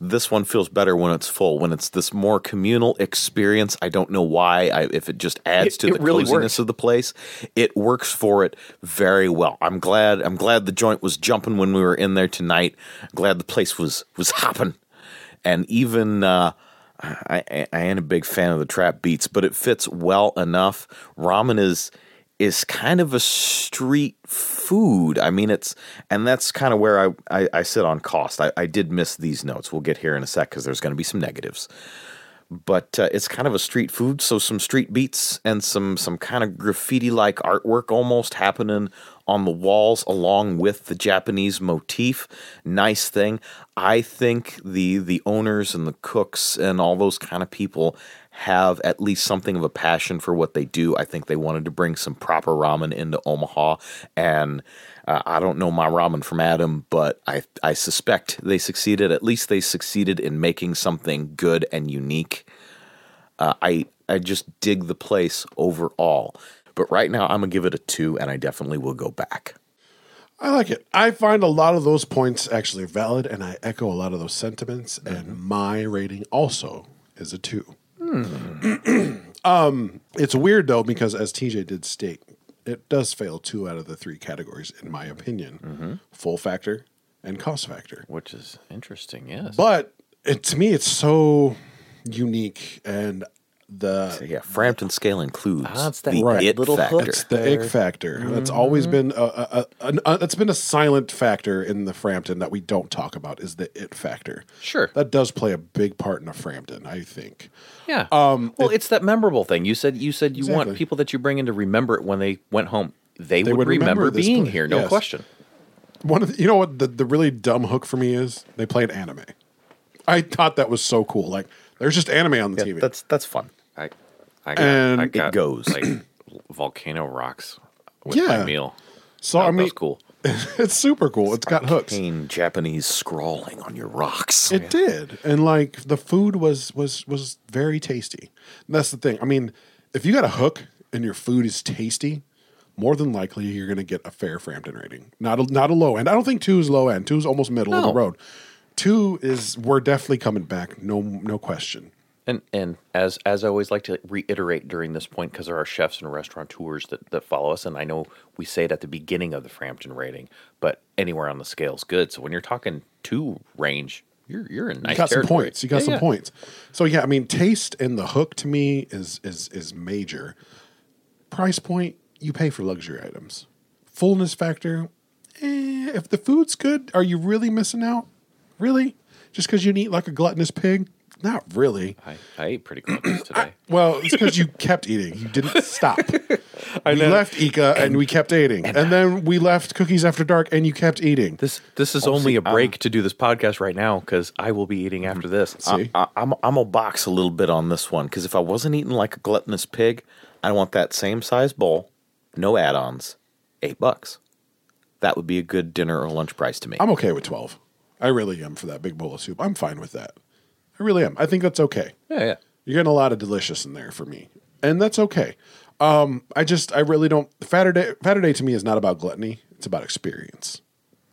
this one feels better when it's full when it's this more communal experience i don't know why I, if it just adds
It-
to
it
the
really
coziness
works.
of the place it works for it very well i'm glad i'm glad the joint was jumping when we were in there tonight glad the place was was hopping and even uh I, I I ain't a big fan of the trap beats, but it fits well enough. Ramen is is kind of a street food. I mean, it's and that's kind of where I I, I sit on cost. I, I did miss these notes. We'll get here in a sec because there's going to be some negatives. But uh, it's kind of a street food, so some street beats and some some kind of graffiti like artwork almost happening on the walls along with the Japanese motif. Nice thing. I think the the owners and the cooks and all those kind of people have at least something of a passion for what they do. I think they wanted to bring some proper ramen into Omaha, and uh, I don't know my ramen from Adam, but I I suspect they succeeded. At least they succeeded in making something good and unique. Uh, I I just dig the place overall, but right now I'm gonna give it a two, and I definitely will go back.
I like it. I find a lot of those points actually valid, and I echo a lot of those sentiments. And my rating also is a two. um, it's weird though because as TJ did state, it does fail two out of the three categories in my opinion: full factor and cost factor.
Which is interesting. Yes.
But it, to me, it's so unique, and the
So yeah, Frampton scale includes
Ah, it's that
the
right
it
little
factor.
hook.
It's the ick factor. That's always been a, a, a, an, uh that's been a silent factor in the Frampton that we don't talk about is the it factor.
Sure.
that does play a big part in a Frampton, I think.
yeah. Um. Well, it's that memorable thing. You said. You said you
Exactly.
want people that you bring in to remember it when they went home. They, would,
would
remember,
remember this
being
place.
here. No
Yes.
question.
One of the, you know what the, the really dumb hook for me is they played anime. I thought that was so cool. Like there's just anime on the TV.
That's that's fun.
I. I got.
And
I
it
got
goes.
like volcano rocks with my
Yeah.
meal.
so
that,
I
that
mean,
was cool.
it's super cool. It's got hooks.
Pain Japanese scrawling on your rocks.
It did, and like the food was was was very tasty. And that's the thing. I mean, if you got a hook and your food is tasty, more than likely you're going to get a fair Frampton rating. Not a, not a low end. I don't think two is low end. Two is almost middle of
No.
the road. Two is we're definitely coming back. No no question.
And and as as I always like to reiterate during this point, because there are chefs and restaurateurs that, that follow us, and I know we say it at the beginning of the Frampton rating, but anywhere on the scale's good. So when you're talking two range, you're you're in nice
You got some
territory.
points. You got
Yeah,
some
yeah.
points. So yeah, I mean, taste and the hook to me is is is major. Price point you pay for luxury items. Fullness factor. Eh, if the food's good, are you really missing out? Really? Just because you eat like a gluttonous pig? Not really.
I, I ate pretty close today.
Well, it's because you kept eating. You didn't stop. we left Ika and, we kept eating, and, then we left Cookies After Dark and you kept eating.
This this
Oh,
is only
uh,
a break to do this podcast right now because I will be eating after this.
mm-hmm.
Uh,
See?
I, I'm I'm gonna box a little bit on this one because if I wasn't eating like a gluttonous pig, I want that same size bowl, no add-ons, eight bucks. That would be a good dinner or lunch price to me.
I'm okay with 12. I really am for that big bowl of soup. I'm fine with that. I really am. I think that's okay.
yeah, yeah.
You're getting a lot of delicious in there for me, and that's okay. Um, I just, I really don't. Fatterday, Fatterday to me is not about gluttony. It's about experience.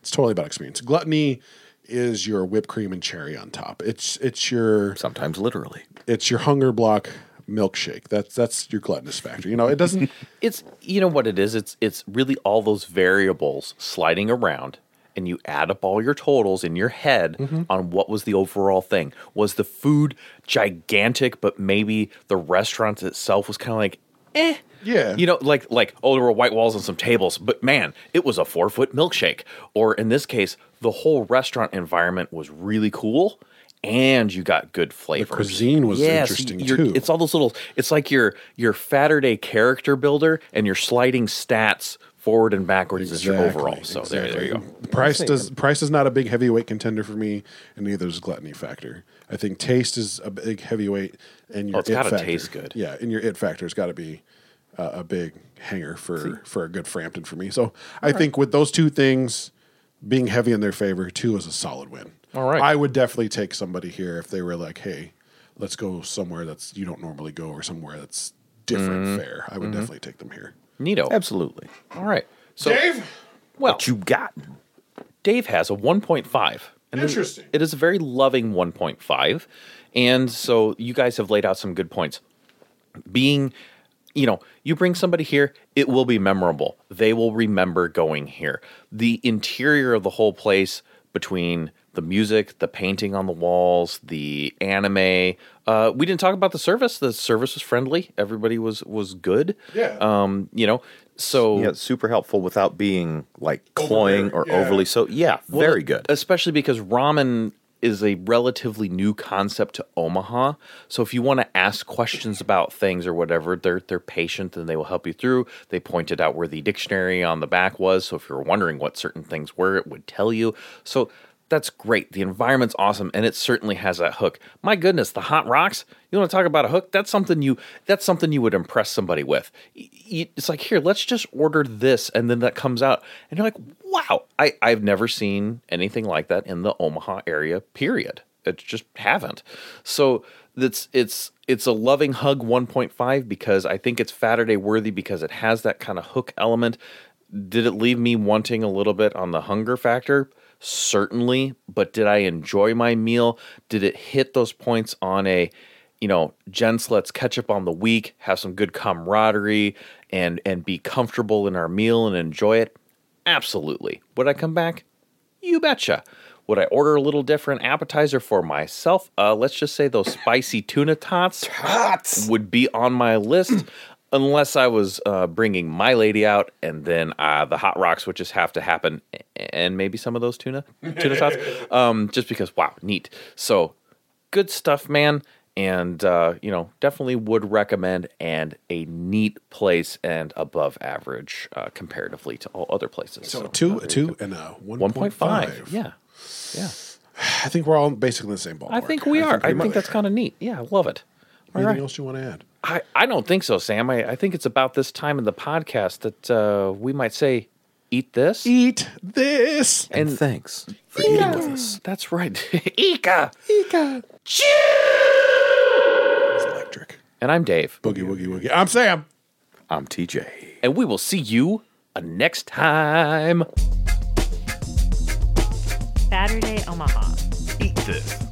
It's It's totally about experience. Gluttony is your whipped cream and cherry on top. It's it's your
Sometimes literally.
it's your hunger block milkshake. That's that's your gluttonous factor. You know, it doesn't
It's you know what it is. It's it's really all those variables sliding around, and you add up all your totals in your head
Mm-hmm.
on what was the overall thing. Was the food gigantic, but maybe the restaurant itself was kind of like, eh.
Yeah.
You know, like like oh, there were white walls and some tables, but man, it was a four foot milkshake. Or in this case, the whole restaurant environment was really cool, and you got good flavors.
cuisine was
Yeah, so
interesting
you're-
too.
It's all those little. It's like your your Saturday character builder, and you're sliding stats forward and backwards as your
Exactly,
overall. So there, there you go.
exactly. Price does price is not a big heavyweight contender for me, and neither is gluttony factor. I think taste is a big heavyweight, and your
Oh, it's
it
gotta
factor-
taste good.
Yeah, and your it factor has got to be uh, a big hanger for for a good Frampton for me. So I think with those two things being heavy in their favor, two is a solid win.
All right.
I would definitely take somebody here if they were like, hey, let's go somewhere that's you don't normally go or somewhere that's different
Mm-hmm.
fare. I would definitely take them here.
Neato.
Absolutely.
All right. So
Well,
well,
what you got?
Dave has a 1.5. And it is-
Interesting.
It is a very loving 1.5. And so you guys have laid out some good points. Being, you know, you bring somebody here, it will be memorable. They will remember going here. The interior of the whole place between the music, the painting on the walls, the anime. Uh, we didn't talk about the service. The service was friendly. Everybody was was good.
Yeah.
Um, you know, so
Yeah, super helpful without being like cloying or
yeah.
overly so. Yeah,
well,
very good.
Especially because ramen is a relatively new concept to Omaha. So if you want to ask questions about things or whatever, they're they're patient and they will help you through. They pointed out where the dictionary on the back was, so if you were wondering what certain things were, it would tell you. So that's great. The environment's awesome and it certainly has that hook. My goodness, the hot rocks. You want to talk about a hook? That's something you that's something you would impress somebody with. Y- y- It's like, "Here, let's just order this." And then that comes out and you're like, "Wow, I I've never seen anything like that in the Omaha area, period." It just haven't. So that's it's it's a loving hug 1.5 because I think it's Saturday worthy because it has that kind of hook element. Did it leave me wanting a little bit on the hunger factor? Certainly, but did I enjoy my meal? Did it hit those points on a, you know, gents, let's catch up on the week, have some good camaraderie, and and be comfortable in our meal and enjoy it? Absolutely. Would I come back? You betcha. Would I order a little different appetizer for myself? Uh, let's just say those spicy tuna tots would be on my list unless I was uh, bringing my lady out, and then uh, the hot rocks would just have to happen, and maybe some of those tuna tuna tots, um, just because wow, neat. So good stuff, man. And uh, you know, definitely would recommend, and a neat place and above average uh, comparatively to all other places.
So,
So,
two, a two, and a one
one
point five.
yeah, yeah.
I think we're all basically in the same ballpark.
I think we are. I
pretty
think
much.
that's kind of neat. Yeah, I love it. All
Anything
right.
else you want to add?
I, I don't think so, Sam. I, I think it's about this time in the podcast that uh, we might say, eat this.
Eat this.
And,
And-
thanks for eating with us.
That's right. Ika.
It's electric.
And I'm Dave.
Boogie, woogie, woogie. I'm Sam.
I'm TJ.
And we will see you uh, next time.
Saturday Omaha.
Eat this.